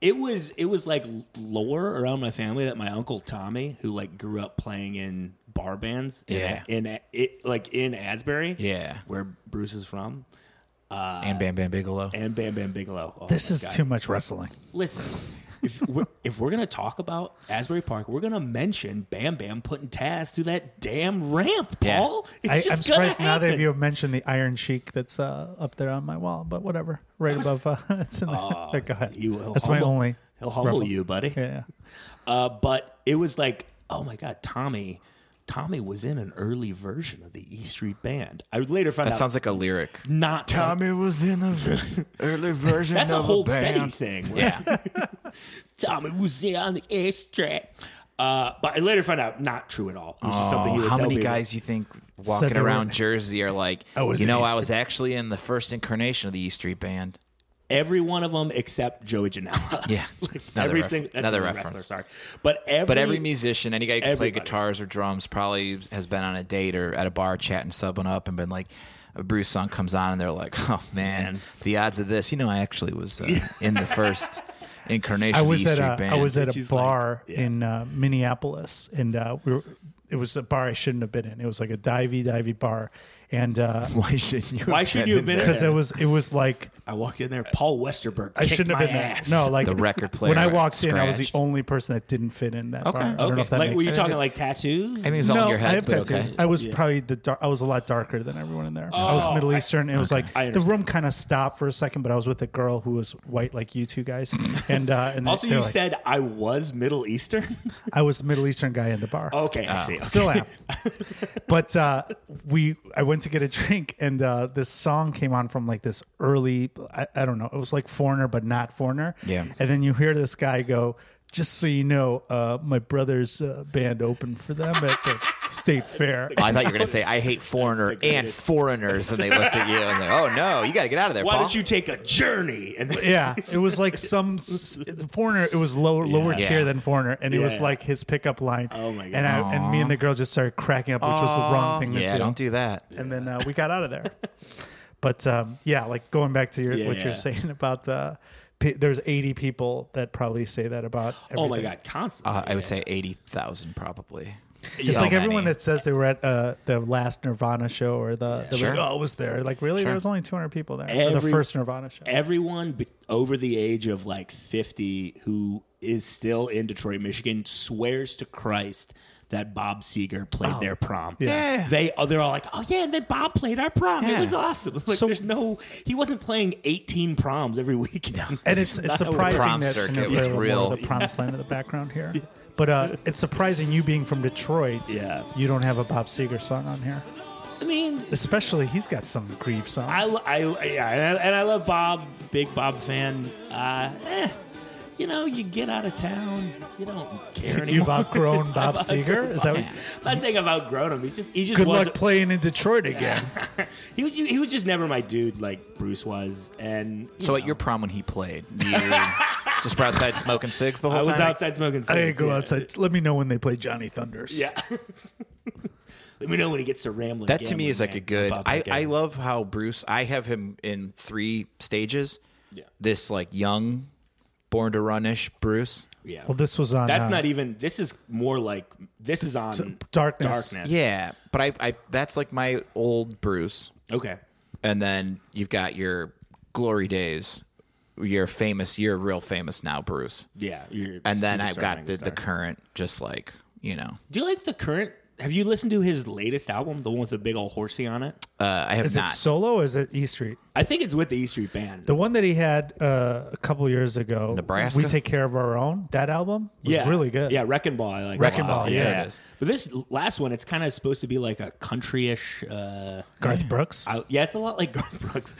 it was it was like lore around my family that my uncle Tommy, who like grew up playing in bar bands, in- Yeah. in, it like in Asbury, Yeah. where Bruce is from, and Bam Bam Bigelow. and Bam Bam Bigelow. Oh This my is God. too much wrestling. Listen, if we're, if we're gonna talk about Asbury Park, we're gonna mention Bam Bam putting Taz through that damn ramp, Yeah. Paul. It's I, just I'm gonna surprised now that happen. you have mentioned the Iron Sheik that's uh, up there on my wall, but whatever. Right above, uh, it's in the, go ahead. he Ah, will that's my humble- only. He'll humble ruffle. you, buddy. Yeah. Uh, but it was like, oh my god, Tommy, Tommy was in an early version of the E Street Band. I later found that out sounds like a lyric. not was in the early version That's a whole steady thing. right? Yeah, Tommy was in on the E Street. Uh, but I later found out not true at all. It was just something he would Oh, how tell many people. guys you think walking they were- around Jersey are like? I was you in know, East I was actually in the first incarnation of the E Street Band. Every one of them except Joey Janela. Yeah. like Another every ref- single that's another another wrestler. reference. Sorry, but every But every musician, any guy who can play Everybody. guitars or drums, probably has been on a date or at a bar chatting, subbing up, and been like, a Bruce song comes on, and they're like, "Oh man, Man. the odds of this." You know, I actually was uh, in the first incarnation. I was of the E at Street a, Band. I was at which a is like- bar yeah. in uh, Minneapolis, and uh, we were, it was a bar I shouldn't have been in. It was like a divey divey bar, and because Why shouldn't you? Why shouldn't you have been in it was it was like I walked in there. Paul Westerberg. I shouldn't have been there. No, like The record When I player walked in, I was the scratched. only person that didn't fit in that Okay. bar. I don't Okay. know if that like, makes were you sense. talking like tattoos? I mean, it's all in your head. I have but tattoos. okay. I was probably the dar I was a lot darker than everyone in there. I was Middle Eastern. and it was Oh, I like the understand. room kind of stopped for a second, but I was with a girl who was white, like you two guys. And uh, and also, they're you like, said I was Middle Eastern. I was Middle Eastern guy in the bar. Oh, okay, I see. Ah, Still am. but uh, we, I went to get a drink, and uh, this song came on from like this early. I, I don't know. It was like foreigner, but not foreigner. Yeah. And then you hear this guy go. just so you know, uh, my brother's uh, band opened for them at the state fair. Oh, I thought you were going to say, I hate foreigner and foreigners. And they looked at you and they're like, oh, no, you got to get out of there, Why Paul. don't you take a journey? And then, Yeah, it was like some s- foreigner. It was lower lower Yeah. tier than foreigner, and it was Yeah. like his pickup line. Oh my God. And I, and me and the girl just started cracking up, which was the wrong thing to yeah, do. don't do that. and then uh, we got out of there. but um, yeah, like going back to your Yeah, what yeah. you're saying about uh, pe there's 80 people that probably say that about. Everything. oh my god, constantly. Uh, I would say 80,000 probably. It's like everyone that says they were at uh, the last Nirvana show or the, the Sure. like, oh, I was there. Like really, Sure. there was only 200 people there. Or the Every- first Nirvana show. Everyone be- over the age of like 50 who is still in Detroit, Michigan swears to Christ that Bob Seger Oh, played their prom. Yeah. They oh, they're all like, "Oh yeah, and then Bob played our prom. Yeah. It was awesome." It's Like So- there's no he wasn't playing 18 proms every weekend. and it's it's not how it works. surprising prom that circuit and there was were more real. of the prom slam in the background here. But uh, it's surprising you being from Detroit. Yeah. you don't have a Bob Seger song on here. I mean, Especially, he's got some grief songs. I, lo- I yeah, and I, and I love Bob, big Bob fan. Uh, eh, you know, you get out of town, you don't care anymore. You've outgrown Bob I've Seger. Is that what? I'm not saying I've outgrown him. He's just he just Good wasn't, luck playing in Detroit again. He was he was just never my dude like Bruce was, and you So at know, your prom when he played, you just were outside smoking cigs the whole I time? was outside smoking. I cigarettes, go yeah. outside. Let me know when they play Johnny Thunders. Yeah. Let me know when he gets to rambling. That to me is like a Gambling, good. man. I, Bob I Gambling. love how Bruce. I have him in three stages. Yeah. This like young, born to run ish Bruce. Yeah. Well, this was on. That's uh, not even. This is more like this is on Darkness. Darkness. Yeah, but I, I that's like my old Bruce, Okay. and then you've got your glory days, your famous, your real famous now Bruce, Yeah. you're and then superstar I've got the, the megastar. current, just like you know. Do you like the current? Have you listened to his latest album, the one with the big old horsey on it? Uh, I have Is not. it solo? or Is it E Street? I think it's with the E Street Band. The one that he had uh, a couple years ago. Nebraska? We take care of our own. That album was yeah, really good. Yeah, Wrecking Ball. I like a Wrecking lot. Ball, yeah, it is. But this last one, it's kind of supposed to be like a countryish. Uh, Garth Brooks. I- yeah, it's a lot like Garth Brooks.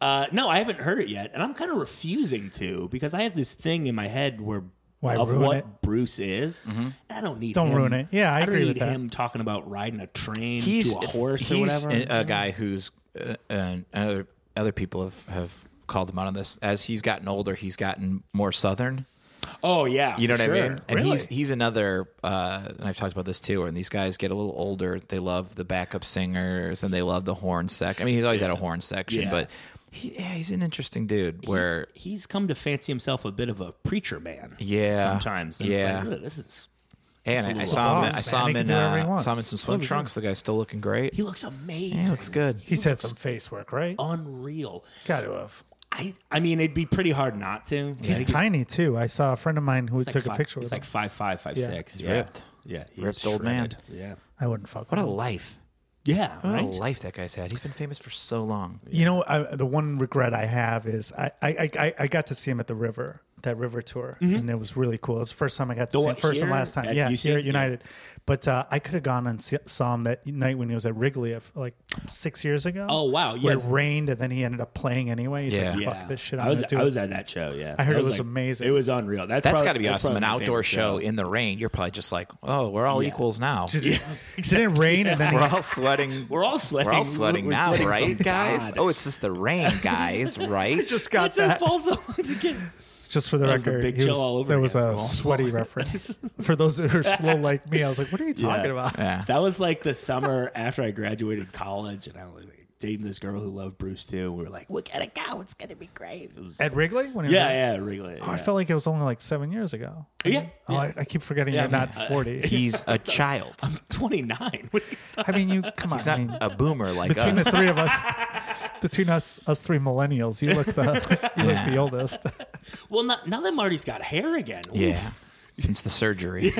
Uh, no, I haven't heard it yet, and I'm kind of refusing to because I have this thing in my head where Why, of ruin what it? Bruce is. Mm-hmm. and I don't need Don't him- ruin it. Yeah, I don't agree need with that. him talking about riding a train he's to a horse or he's whatever. a, a guy who's uh, and other other people have have called him out on this as he's gotten older he's gotten more southern oh yeah, you know for what i sure. mean and Really? he's he's another uh and i've talked about this too and these guys get a little older they love the backup singers and they love the horn sec i mean he's always had a horn section Yeah. but he, yeah, he's an interesting dude where he's come to fancy himself a bit of a preacher man. Yeah. sometimes. And Yeah. it's like, "Ugh, this is. hey, and I, I little saw him boss, i man. saw He him can in do whatever he uh, saw him in wants. some swim trunks the guy's still looking great He looks amazing. he looks good He's had some face work, right? unreal. Got to have. I I mean, it'd be pretty hard not to. He's tiny too. I saw a friend of mine who He's like took a five- picture He's with like him. five five five Yeah. six. He's yeah. ripped. Yeah, he's Ripped old man. shredded. Yeah. I wouldn't fuck. what with a him. life Yeah, Oh, what right. a life that guy's had he's been famous for so long You know, I, the one regret I have is I, I I- I I got to see him at the river that river tour, Mm-hmm. and it was really cool. It was the first time I got to The see him, one first and here last time. at Yeah, UC? here at Yeah. United. But uh, I could have gone and see, saw him that night when he was at Wrigley, uh, like six years ago. Oh, wow, where yeah. it rained, and then he ended up playing anyway. He's Yeah. like, yeah. fuck this shit. I'm I was gonna do I it." was at that show. Yeah, I heard That it was like- amazing. It was unreal. That's That's probably- got to be that's awesome. An probably my outdoor favorite show in the rain. You're probably just like, oh, we're all equals now. Did, it- did it rain? And then he, We're all sweating. We're all sweating. We're all sweating We're now, sweating right, from guys? God. Oh, it's just the rain, guys, right? just got It's a that. false alarm again. Just for the was the record, Big he Joe all over there was again. Oh, a sweaty reference. For those that are slow like me, I was like, "What are you talking about?" Yeah. That was like the summer after I graduated college, and I was like, dating this girl who loved Bruce too. We were like, we gotta go. It's gonna be great. It was, At Wrigley, when he was at- yeah, yeah, Wrigley. I yeah. felt like it was only like seven years ago. Yeah, Oh, yeah. I, I keep forgetting Yeah, you're I mean, not forty. He's a child. 29. What are you talking- I mean, you come on. He's I mean, not a boomer like between the us. three of us, between us, us three millennials, you look the you look the oldest. well, not, now that Marty's got hair again, ooh, Yeah. Since the surgery,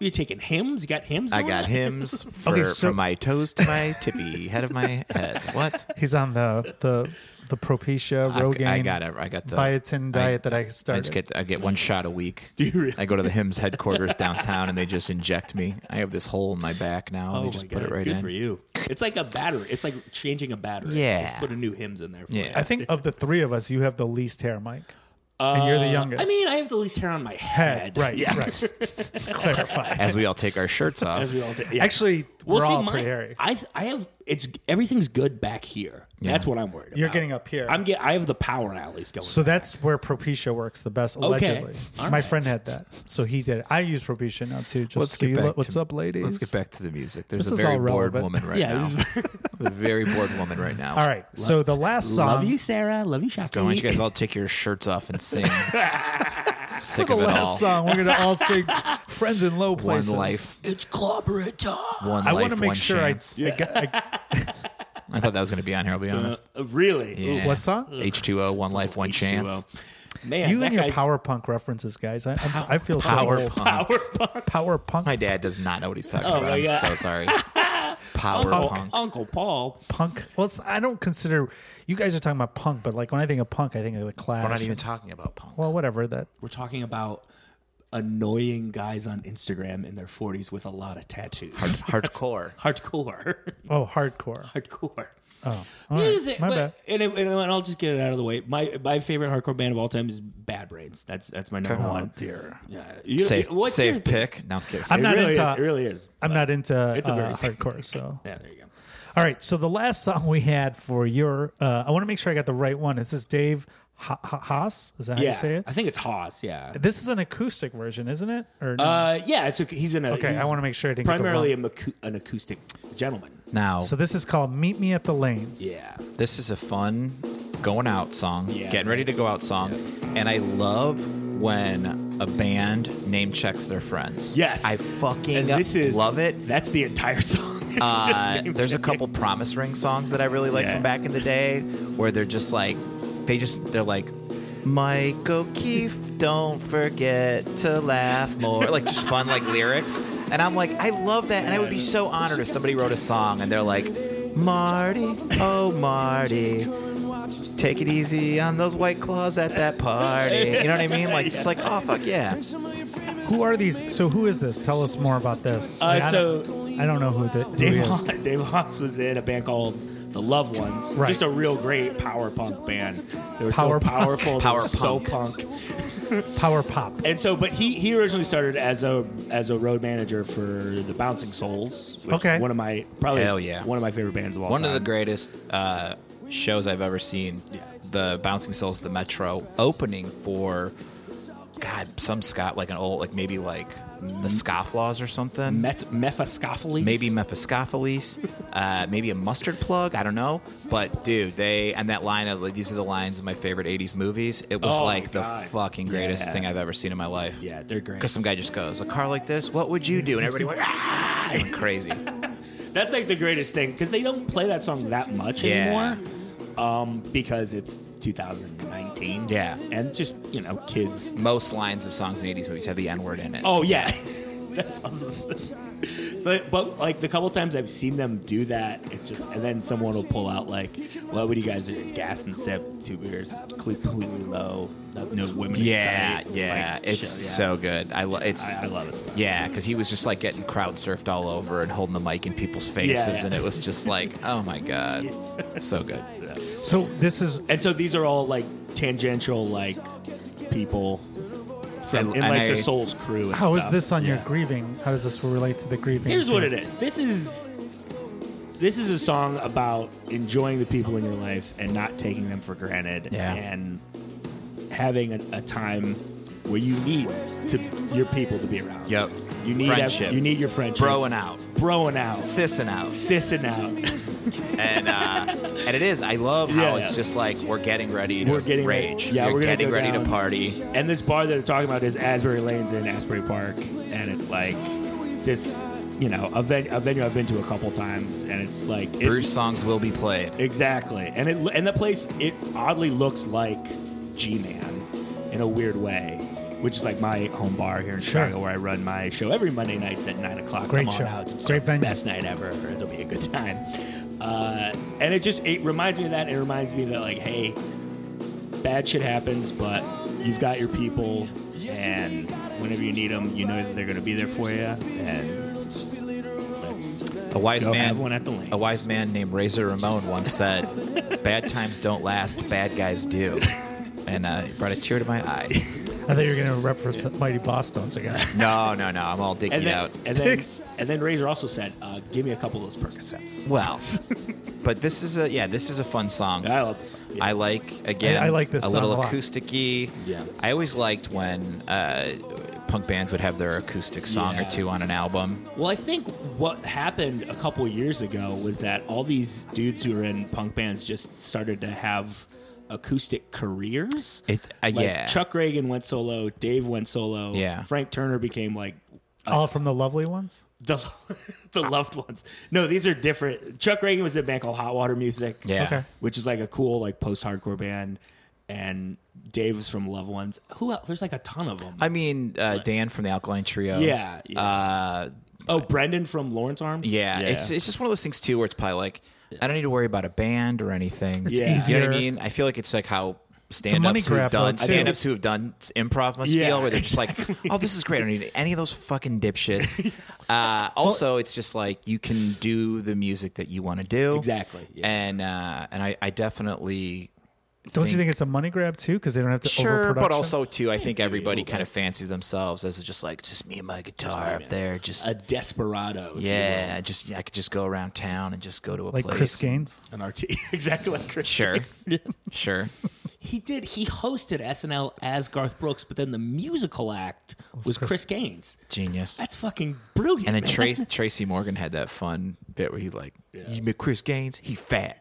you're taking hymns. You got hymns. I going got on? hymns for, Okay, so- from my toes to my tippy head of my head. What? He's on the the the Propecia I've- Rogaine I got it. I got the biotin diet that I I started. just get I get one shot a week. Do you really? I go to the hymns headquarters downtown, and they just inject me. I have this hole in my back now. and Oh they my just God. put it right Good in. for you. It's like a battery. It's like changing a battery. Yeah. Just put a new hymns in there. For Yeah. you. I think of the three of us, you have the least hair, Mike. and you're the Uh, youngest. I mean, I have the least hair on my head. head. Right. Yeah. Right. Clarify. As we all take our shirts off. As we all did. Yeah. Actually, well, we're see, all my- pretty hairy. I I have it's everything's good back here. That's what I'm worried about. You're getting up here. I'm get I have the power alleys going. so that's where Propecia works the best, allegedly. All My right. friend had that, so he did. it. I use Propecia now too. Just so you back lo- what's to- up, ladies? Let's get back to the music. There's This a is very all bored relevant. woman right Yeah, now. this is- There's a very bored woman right now. All right. so the last song. Love you, Sarah. Love you, Shaki. Go, why don't you guys all take your shirts off and sing? Sick The of it last all. song. We're gonna all sing "Friends in Low One Places." life, it's corporate time. one I life, want to make one sure I, chance. I got- I- I thought that was going to be on here. I'll be honest. really? Ooh, Yeah. what song? H two O, one life, one H2O. chance. Man, You that and your guy's- power punk references, guys. I, I'm- I feel Power so old. punk. Power punk. Power Oh punk. My dad does not know what he's talking about. my I'm God. so sorry. Power Oh. Uncle, punk. Oh, Uncle Paul. punk. Well, it's, I don't consider you guys are talking about punk, but like when I think of punk, I think of the Clash. We're not even talking about punk. well, whatever that. We're talking about annoying guys on Instagram in their 40s with a lot of tattoos. Hardcore. Hardcore. Oh, hardcore. Hardcore. Oh, All right, Music, my but- bad. And, it- and I'll just get it out of the way. My my favorite hardcore band of all time is Bad Brains. That's that's my number one. Oh, dear. Yeah. You- Safe, what's safe your- pick. No, I'm kidding. I'm It not really into. is. It really is. I'm not into It's a very uh, safe hardcore. So, Yeah. There you go. all right. So the last song we had for your, uh, I want to make sure I got the right one. It says Dave ha- ha- Haas. Is that how Yeah. you say it? I think it's Haas. Yeah. This is an acoustic version, isn't it? Or no? Uh, yeah. It's a, he's in a. Okay, he's I wanna make sure I didn't get the primarily a macu- an acoustic gentleman. Now, so this is called "Meet Me at the Lanes." Yeah. this is a fun going out song, Yeah. getting ready to go out song. And I love when a band name checks their friends. Yes. I fucking And this is love it. That's the entire song. It's just Uh, name there's a checking. couple promise ring songs that I really like Yeah. from back in the day where they're just like, they just, they're like, Mike O'Keefe, don't forget to laugh more. Like, just fun, like lyrics. And I'm like, I love that. And I would be so honored if somebody wrote a song and they're like, Marty, oh, Marty. Take it easy on those white claws at that party. You know what I mean? Like, just like, oh, fuck yeah. Who are these? So who is this? Tell us more about this. Uh, I mean, I don't- I don't know who the who he Dave is. Haas, Dave Haas was in a band called The Loved Ones. Right. Just a real great power punk band. They were Power so punk. Power powerful, power they were so punk. Power pop. And so, but he he originally started as a as a road manager for the Bouncing Souls. Which Okay. is one of my probably Hell yeah. one of my favorite bands of all One of time. the greatest uh, shows I've ever seen. The Bouncing Souls, of the Metro opening for God, some Scott like an old like maybe like the Scofflaws or something. Met, Mephiscopheles? Maybe Mephistopheles, uh, maybe a mustard plug. I don't know, but dude, they and that line of like these are the lines of my favorite '80s movies. It was Oh, like my the God. fucking greatest Yeah. thing I've ever seen in my life. Yeah, they're great. Because some guy just goes, a car like this, what would you do? And everybody went, ah, and went crazy. That's like the greatest thing because they don't play that song that much Yeah. anymore. Um, because it's 2019. Yeah. and just you know, kids. Most lines of songs in '80s movies have the N-word in it. Oh yeah, that's awesome. but, but like the couple times I've seen them do that, it's just and then someone will pull out like, "What would you guys do? Gas and sip two beers, completely low, no, no women." Yeah, inside." It's yeah, like, it's shit, yeah. so good. I lo- it's I, I love it. yeah, because he was just like getting crowd surfed all over and holding the mic in people's faces, yeah. and it was just like, oh my god, so good. So this is And so these are all like tangential like people from And- in and like I- the Souls crew. And how is stuff. this on your Yeah. grieving? How does this relate to the grieving? Here's what thing? it is. This is this is a song about enjoying the people in your life and not taking them for granted Yeah. and having a, a time where you need to your people to be around. Yep. You need Friendship. you need your friendship. Broing out, Broing out. sissing out, Sissing out. and uh, and it is. I love how Yeah. it's just like we're getting ready to We're getting ready- rage. yeah, You're we're gonna getting go ready to down. party. And this bar that they're talking about is Asbury Lanes in Asbury Park, and it's like this, you know, a, ven- a venue I've been to a couple times, and it's like it- Bruce songs will be played. Exactly, and it and the place it oddly looks like G Man in a weird way, which is like my home bar here in Sure. Chicago where I run my show every Monday nights at nine o'clock. Great Come on show. out, It's Great the venue. best night ever. It'll be a good time. Uh, and it just it reminds me of that. It reminds me that like, hey, bad shit happens, but you've got your people, and whenever you need them, you know that they're gonna be there for you. And that's A wise Go man, have one at the lanes. a wise man named Razor Ramon once said, "Bad times don't last, bad guys do." and uh, it brought a tear to my eye. I thought you were going to reference Mighty Boss once again. No, no, no. I'm all digging And then, out. and then, and then Razor also said, uh, "Give me a couple of those Percocets." Well, but this is a yeah, this is a fun song. I love this. Yeah. I like again. I- I like this a song little a lot. acousticy. Yeah. I always liked when uh, punk bands would have their acoustic song Yeah. or two on an album. Well, I think what happened a couple years ago was that all these dudes who were in punk bands just started to have acoustic careers. It uh, Like, yeah. Chuck Reagan went solo. Dave went solo. Yeah. Frank Turner became like Uh, All Oh, from the lovely ones? the the loved ones. No, these are different. Chuck Reagan was in a band called Hot Water Music. Yeah. Okay. Which is like a cool like post hardcore band. And Dave was from Loved Ones. Who else? There's like a ton of them. I mean, uh, Dan from the Alkaline Trio. yeah. yeah. Uh, oh, Brendan from Lawrence Arms. yeah. It's it's just one of those things too, where it's probably like I don't need to worry about a band or anything. It's Yeah. You know what I easier. mean? I feel like it's like how. money Stand-ups who've grab, though, done too. stand-ups who've done improv must Yeah, feel where they're just like, oh, this is great. I don't need any of those fucking dipshits. uh, also, it's just like you can do the music that you want to do Exactly, yeah. And uh, and I, I definitely Don't you think it's a money grab, too? Because they don't have to sure, overproduction? but also too, I think everybody kind of fancies themselves as just like it's just me and my guitar up there, just a desperado. if you will. yeah, just I could just go around town and just go to a Like place. Chris Gaines? an RT, exactly like Chris. Sure, sure. He did. He hosted SNL as Garth Brooks, but then the musical act was Chris, Chris- Gaines. Genius. That's fucking brilliant. And then man. Trace, Tracy Morgan had that fun bit where he like, you met Chris Gaines, he fat.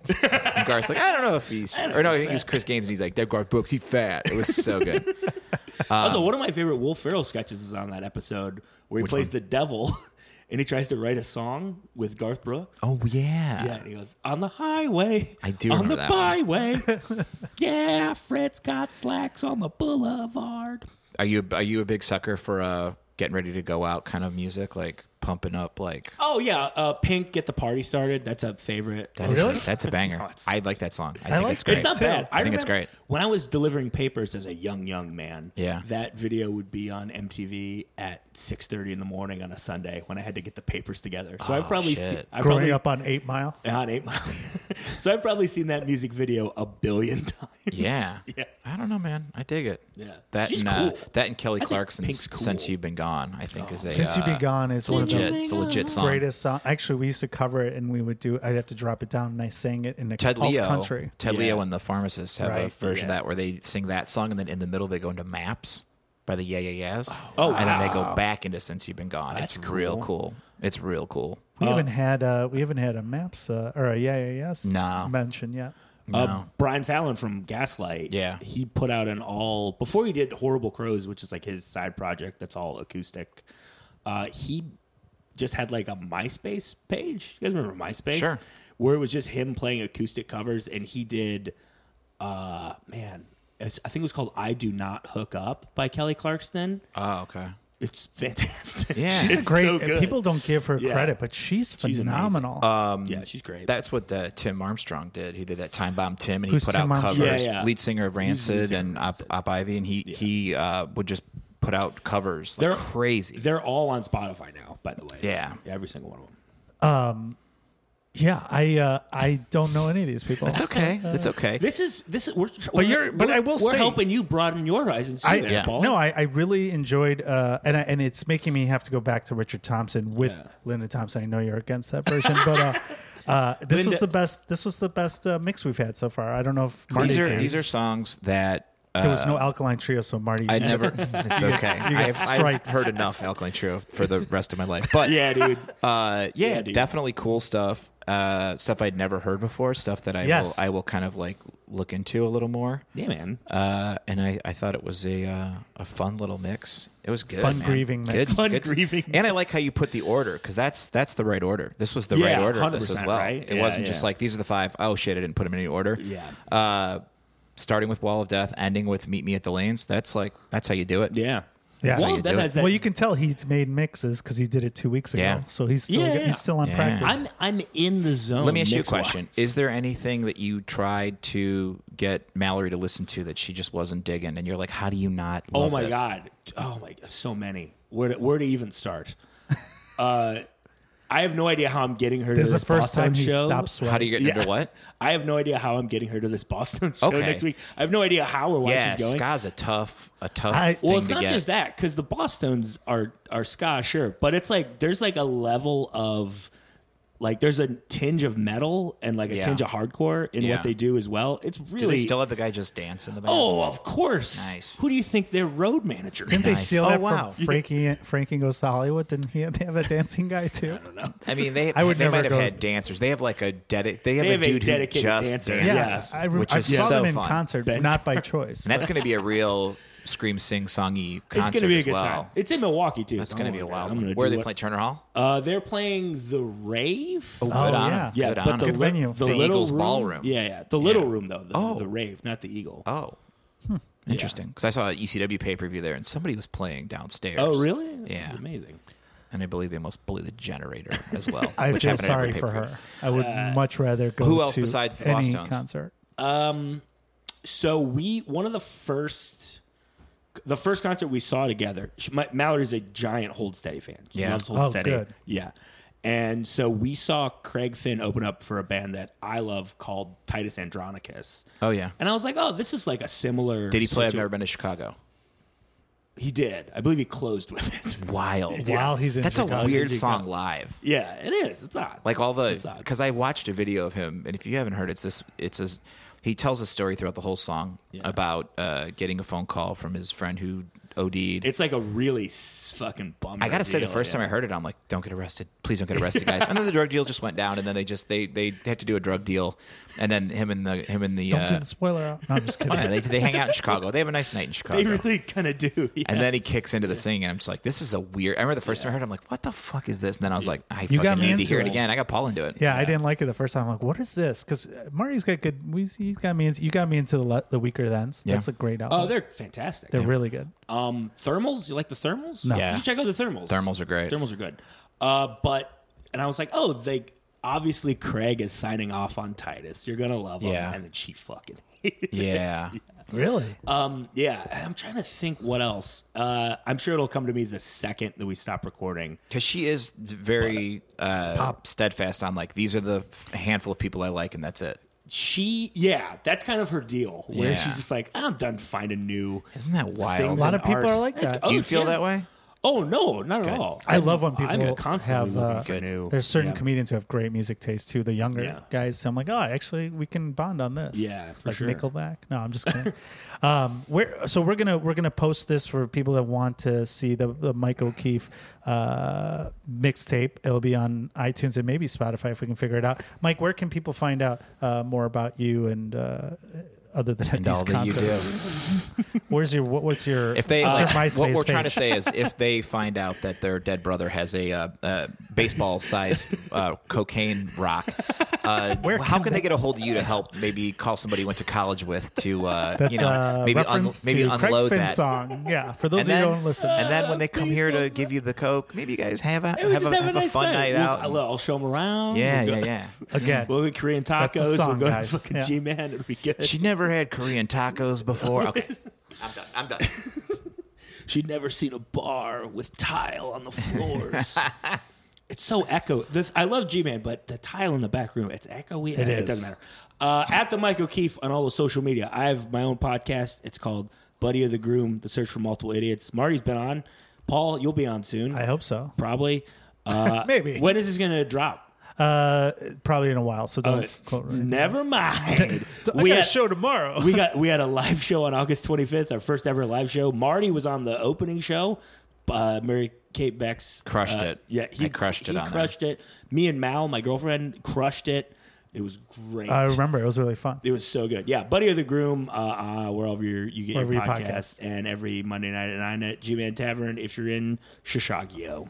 And Garth's like, I don't know if he's, know or no, I if he's think it was Chris Gaines, and he's like, that Garth Brooks, he fat. It was so good. also Um, one of my favorite Will Ferrell sketches is on that episode where he plays the devil, and he tries to write a song with Garth Brooks. oh yeah, Yeah, and he goes on the highway. I do on remember the that byway. yeah, Fred's got slacks on the boulevard. Are you are you a big sucker for uh, getting ready to go out kind of music, like pumping up like Oh yeah, uh, Pink, get the party started. That's a favorite. That is- Really? that's a banger. I like that song. I, think like it's great. Oh, It's not bad. I think it's remember great. When I was delivering papers as a young young man, Yeah. that video would be on MTV at six thirty in the morning on a Sunday when I had to get the papers together. So I've probably Oh, shit. seen, I Growing probably up on 8 Mile? on eight mile. so I've probably seen that music video a billion times. Yeah. yeah. I don't know, man. I dig it. Yeah. That She's and uh, cool. that and Kelly I think Pink's Clarkson's cool. Oh. "Since You've Been Gone," I think is a Since You've Been uh, Gone is one of legit. the It's a legit song. greatest song. Actually, we used to cover it, and we would do. I'd have to drop it down, and I sang it in a Ted alt Leo, country. Ted Leo Yeah. and the Pharmacists have a Right, version yeah. of that where they sing that song and then in the middle they go into Maps by the Yeah Yeah Yeahs. Oh, and then they go wow. back into "Since You've Been Gone." That's it's real cool. cool. It's real cool. We haven't had uh, we haven't had a maps uh, or a yeah yeah yes No. mention yet. Uh, Brian Fallon from Gaslight. Yeah. He put out an all before he did Horrible Crows, which is like his side project that's all acoustic. Uh, he just had like a MySpace page. You guys remember MySpace? Sure. Where it was just him playing acoustic covers, and he did, uh, man, it's, I think it was called "I Do Not Hook Up" by Kelly Clarkson. Oh, okay. It's fantastic. Yeah. She's She's a It's great. so and good. People don't give her Yeah. credit, but she's amazing. phenomenal. Uh, um, yeah, she's great. That's what uh, Tim Armstrong did. He did that Time Bomb Tim, and he Who's put Tim out Armstrong? covers. Yeah, yeah. Lead singer of He's the lead Rancid singer of and Op, Op Ivy, and he he uh, would just put out covers. Like They're- crazy. They're all on Spotify now, by the way. Yeah. Every single one of them. yeah, I uh, I don't know any of these people. it's okay. It's okay. This is this is we're, but you're- but I will we're say- helping you broaden your horizons too. I, there, Yeah. Paul. No, I, I really enjoyed, uh, and I, and it's making me have to go back to Richard Thompson with Yeah. Linda Thompson. I know you're against that version, but uh, uh, this was the best. This was the best uh, mix we've had so far. I don't know if Marty these are agrees. these are songs that uh, there was no alkaline trio, so Marty. I never. It's okay. you I've, get I've strikes. heard enough Alkaline Trio for the rest of my life. But yeah, dude. uh, yeah, dude. definitely cool stuff. Uh, stuff I'd never heard before. Stuff that I Yes. will I will kind of like look into a little more. Yeah, man. Uh, and I, I thought it was a uh, a fun little mix. It was good, Fun man. grieving mix. Good, Fun good. grieving And I like how you put the order because that's that's the right order. This was the Yeah, right order of this as 100%, well. right? It Yeah, wasn't just yeah. like these are the five. Oh shit, I didn't put them in any order. Yeah. Uh, starting with Wall of Death, ending with Meet Me at the Lanes. That's like that's how you do it. Yeah. Yeah. how Well, you that do it. has that. well, you can tell he's made mixes because he did it two weeks ago. Yeah. So he's still Yeah, yeah. he's still on Yeah. practice. I'm I'm in the zone. Let me ask you a mix-wise. question: Is there anything that you tried to get Mallory to listen to that she just wasn't digging, and you're like, how do you not? oh love my this? god. Oh my. So many. Where to, where to even start? Uh, I have no idea how I'm getting her This to is the this first Boston time he show. stopped sweating. How do you get Yeah. into what? I have no idea how I'm getting her to this Boston show Okay. next week. I have no idea how or why yeah, she's going. ska's a tough, a tough I- thing Well, well, it's to not get. just that because the Boston's are are ska, sure, but it's like there's like a level of like there's a tinge of metal and like a Yeah. tinge of hardcore in Yeah. what they do as well. It's Do really they still have the guy just dance in the back? oh, of course. Nice. Who do you think their road manager? is? Didn't they Nice. steal Oh, that wow. from Frankie? Frankie goes to Hollywood. Didn't he they have a dancing guy too? I mean, they I would they never might have go- had dancers. They have like a dedic. They have, They have a a dude who dedicated just dancer. dances, Yeah. I, re- which I is saw so them in fun. concert, Ben- not by choice. And that's going to be a real scream sing songy It's concert gonna be a as good well. time. It's in Milwaukee too. Oh It's going to be a wild one. I'm Where are they playing? playing? Turner Hall? Uh, they're playing the rave. good Oh, on 'em. yeah. yeah, Good but on the 'em. Good li- venue. the The little Eagles room, ballroom. Yeah, yeah, the little Yeah. room though. The, Oh. the rave, not the eagle. Oh. Hmm. Interesting. Because I saw E an ECW pay per view there and somebody was playing downstairs. Oh, really? Yeah. That's amazing. And I believe they must blew the generator as well. I which feel happened at every sorry for pay-per-view. her. I would much rather go Uh, who else to besides the any Boston's? concert. So we one of the first. The first concert we saw together, she, my, Mallory's a giant Hold Steady fan. She Yeah. loves Hold Oh, Steady. good. Yeah. And so we saw Craig Finn open up for a band that I love called Titus Andronicus. Oh, yeah. And I was like, oh, this is like a similar. Did he play? I've situ- never been to Chicago. He did. I believe he closed with it. Wild. While he's in That's Chicago. a weird song live. yeah, it is. It's odd. Like all It's the odd. because I watched a video of him, and if you haven't heard, it's this. It's this. He tells a story throughout the whole song about uh, getting a phone call from his friend who OD'd. It's like a really s- fucking bummer. I gotta say, the deal, first yeah. time I heard it, I'm like, "Don't get arrested, please don't get arrested, guys." And then the drug deal just went down, and then they just they they had to do a drug deal, and then him and the him and the Don't uh, get the spoiler out. No, I'm just yeah, kidding. they they hang out in Chicago. They have a nice night in Chicago. they really kind of do. Yeah. and then he kicks into the singing, and I'm just like, "This is a weird." I remember the first time I heard, it, I'm like, "What the fuck is this?" And then I was like, "I You got fucking me need to into hear it it. again." I got Paul into it. Yeah, I didn't like it the first time. I'm like, what is this? Because Marty's got good. We, he's got me. Into, you got me into the le- the weaker thens. Yeah. That's a great album. oh, they're fantastic. they're really good. um, thermals. You like the thermals? No. Yeah. You should check out the thermals. thermals are great. Thermals are good. Uh, but and I was like, oh, they obviously Craig is signing off on Titus. You're gonna love him. Yeah. And then she fucking hated it. Yeah, Really? Um, yeah. I'm trying to think what else. Uh, I'm sure it'll come to me the second that we stop recording. because she is very uh, steadfast on like these are the f- handful of people I like, and that's it. She, yeah, that's kind of her deal. Where Yeah. she's just like, I'm done finding new. Isn't that things wild? A lot in of people art. are like that. Do you Oh, feel yeah. that way? Oh no, not Good. at all. I love when people I'm constantly have, looking uh, for new. There's certain yeah. comedians who have great music taste too. The younger Yeah. guys, so I'm like, oh, actually, we can bond on this. Yeah, for like sure. Nickelback. No, I'm just kidding. um, we're so we're gonna we're gonna post this for people that want to see the, the Mike O'Keefe uh, mixtape. It'll be on iTunes and maybe Spotify if we can figure it out. Mike, where can people find out uh, more about you and uh, other than at And these all that you concerts? do. Where's your what, what's your If they, what's like, your MySpace what we're trying to page? say is, if they find out that their dead brother has a uh, uh, baseball size uh, cocaine rock, uh, how can they get a hold of you to help? Maybe call somebody you went to college with to, uh, That's you know, a maybe un- reference maybe to Craig unload Finn's that. song. Yeah, for those And of you then, who don't listen. and then when they come here to give you the coke, maybe you guys have a Hey, we have a, just have a nice fun time. night We'll- out. I'll, I'll show them around. yeah, We'll yeah, go- yeah. Again, We'll get Korean tacos. That's the song, we'll go guys. to fucking Yeah. G-Man. It'll be good. She never had Korean tacos before. Okay, I'm done. I'm done. She'd never seen a bar with tile on the floors. it's so echo. The, I love G Man, but the tile in the back room, it's echoey. It, is. doesn't matter. Uh, at the Mike O'Keefe on all the social media. I have my own podcast. It's called Buddy of the Groom: The Search for Multiple Idiots. Marty's been on. Paul, you'll be on soon, I hope so. probably. Uh, Maybe. When is this going to drop? Uh, probably in a while, so Uh, don't quote. Right Never mind. I got a show tomorrow. we got we had a live show on August 25th, our first ever live show. Marty was on the opening show. Uh, Mary Kate Beck's Crushed uh, it. Yeah, he I crushed it He on there. crushed it. Me and Mal, my girlfriend, crushed it. It was great. I remember it was really fun. It was so good. Yeah, buddy of the groom, uh, uh, wherever you're, you get Wherever your you podcast. podcast, and every Monday night at nine at G Man Tavern. If you're in Shishagio,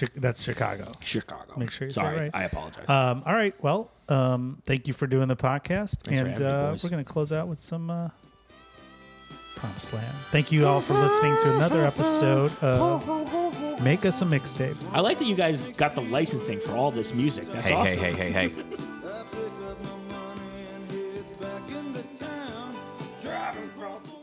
Chi- that's Chicago. Chicago, Make sure you say Sorry, it right. I apologize. Um, all right. Well, um, thank you for doing the podcast, for and having me, uh, boys. we're going to close out with some uh, Promised Land. Thank you all for listening to another episode of Make Us a Mixtape. I like that you guys got the licensing for all this music. That's Hey, awesome. hey, hey, hey, hey. I pick up my money and head back into town, driving across the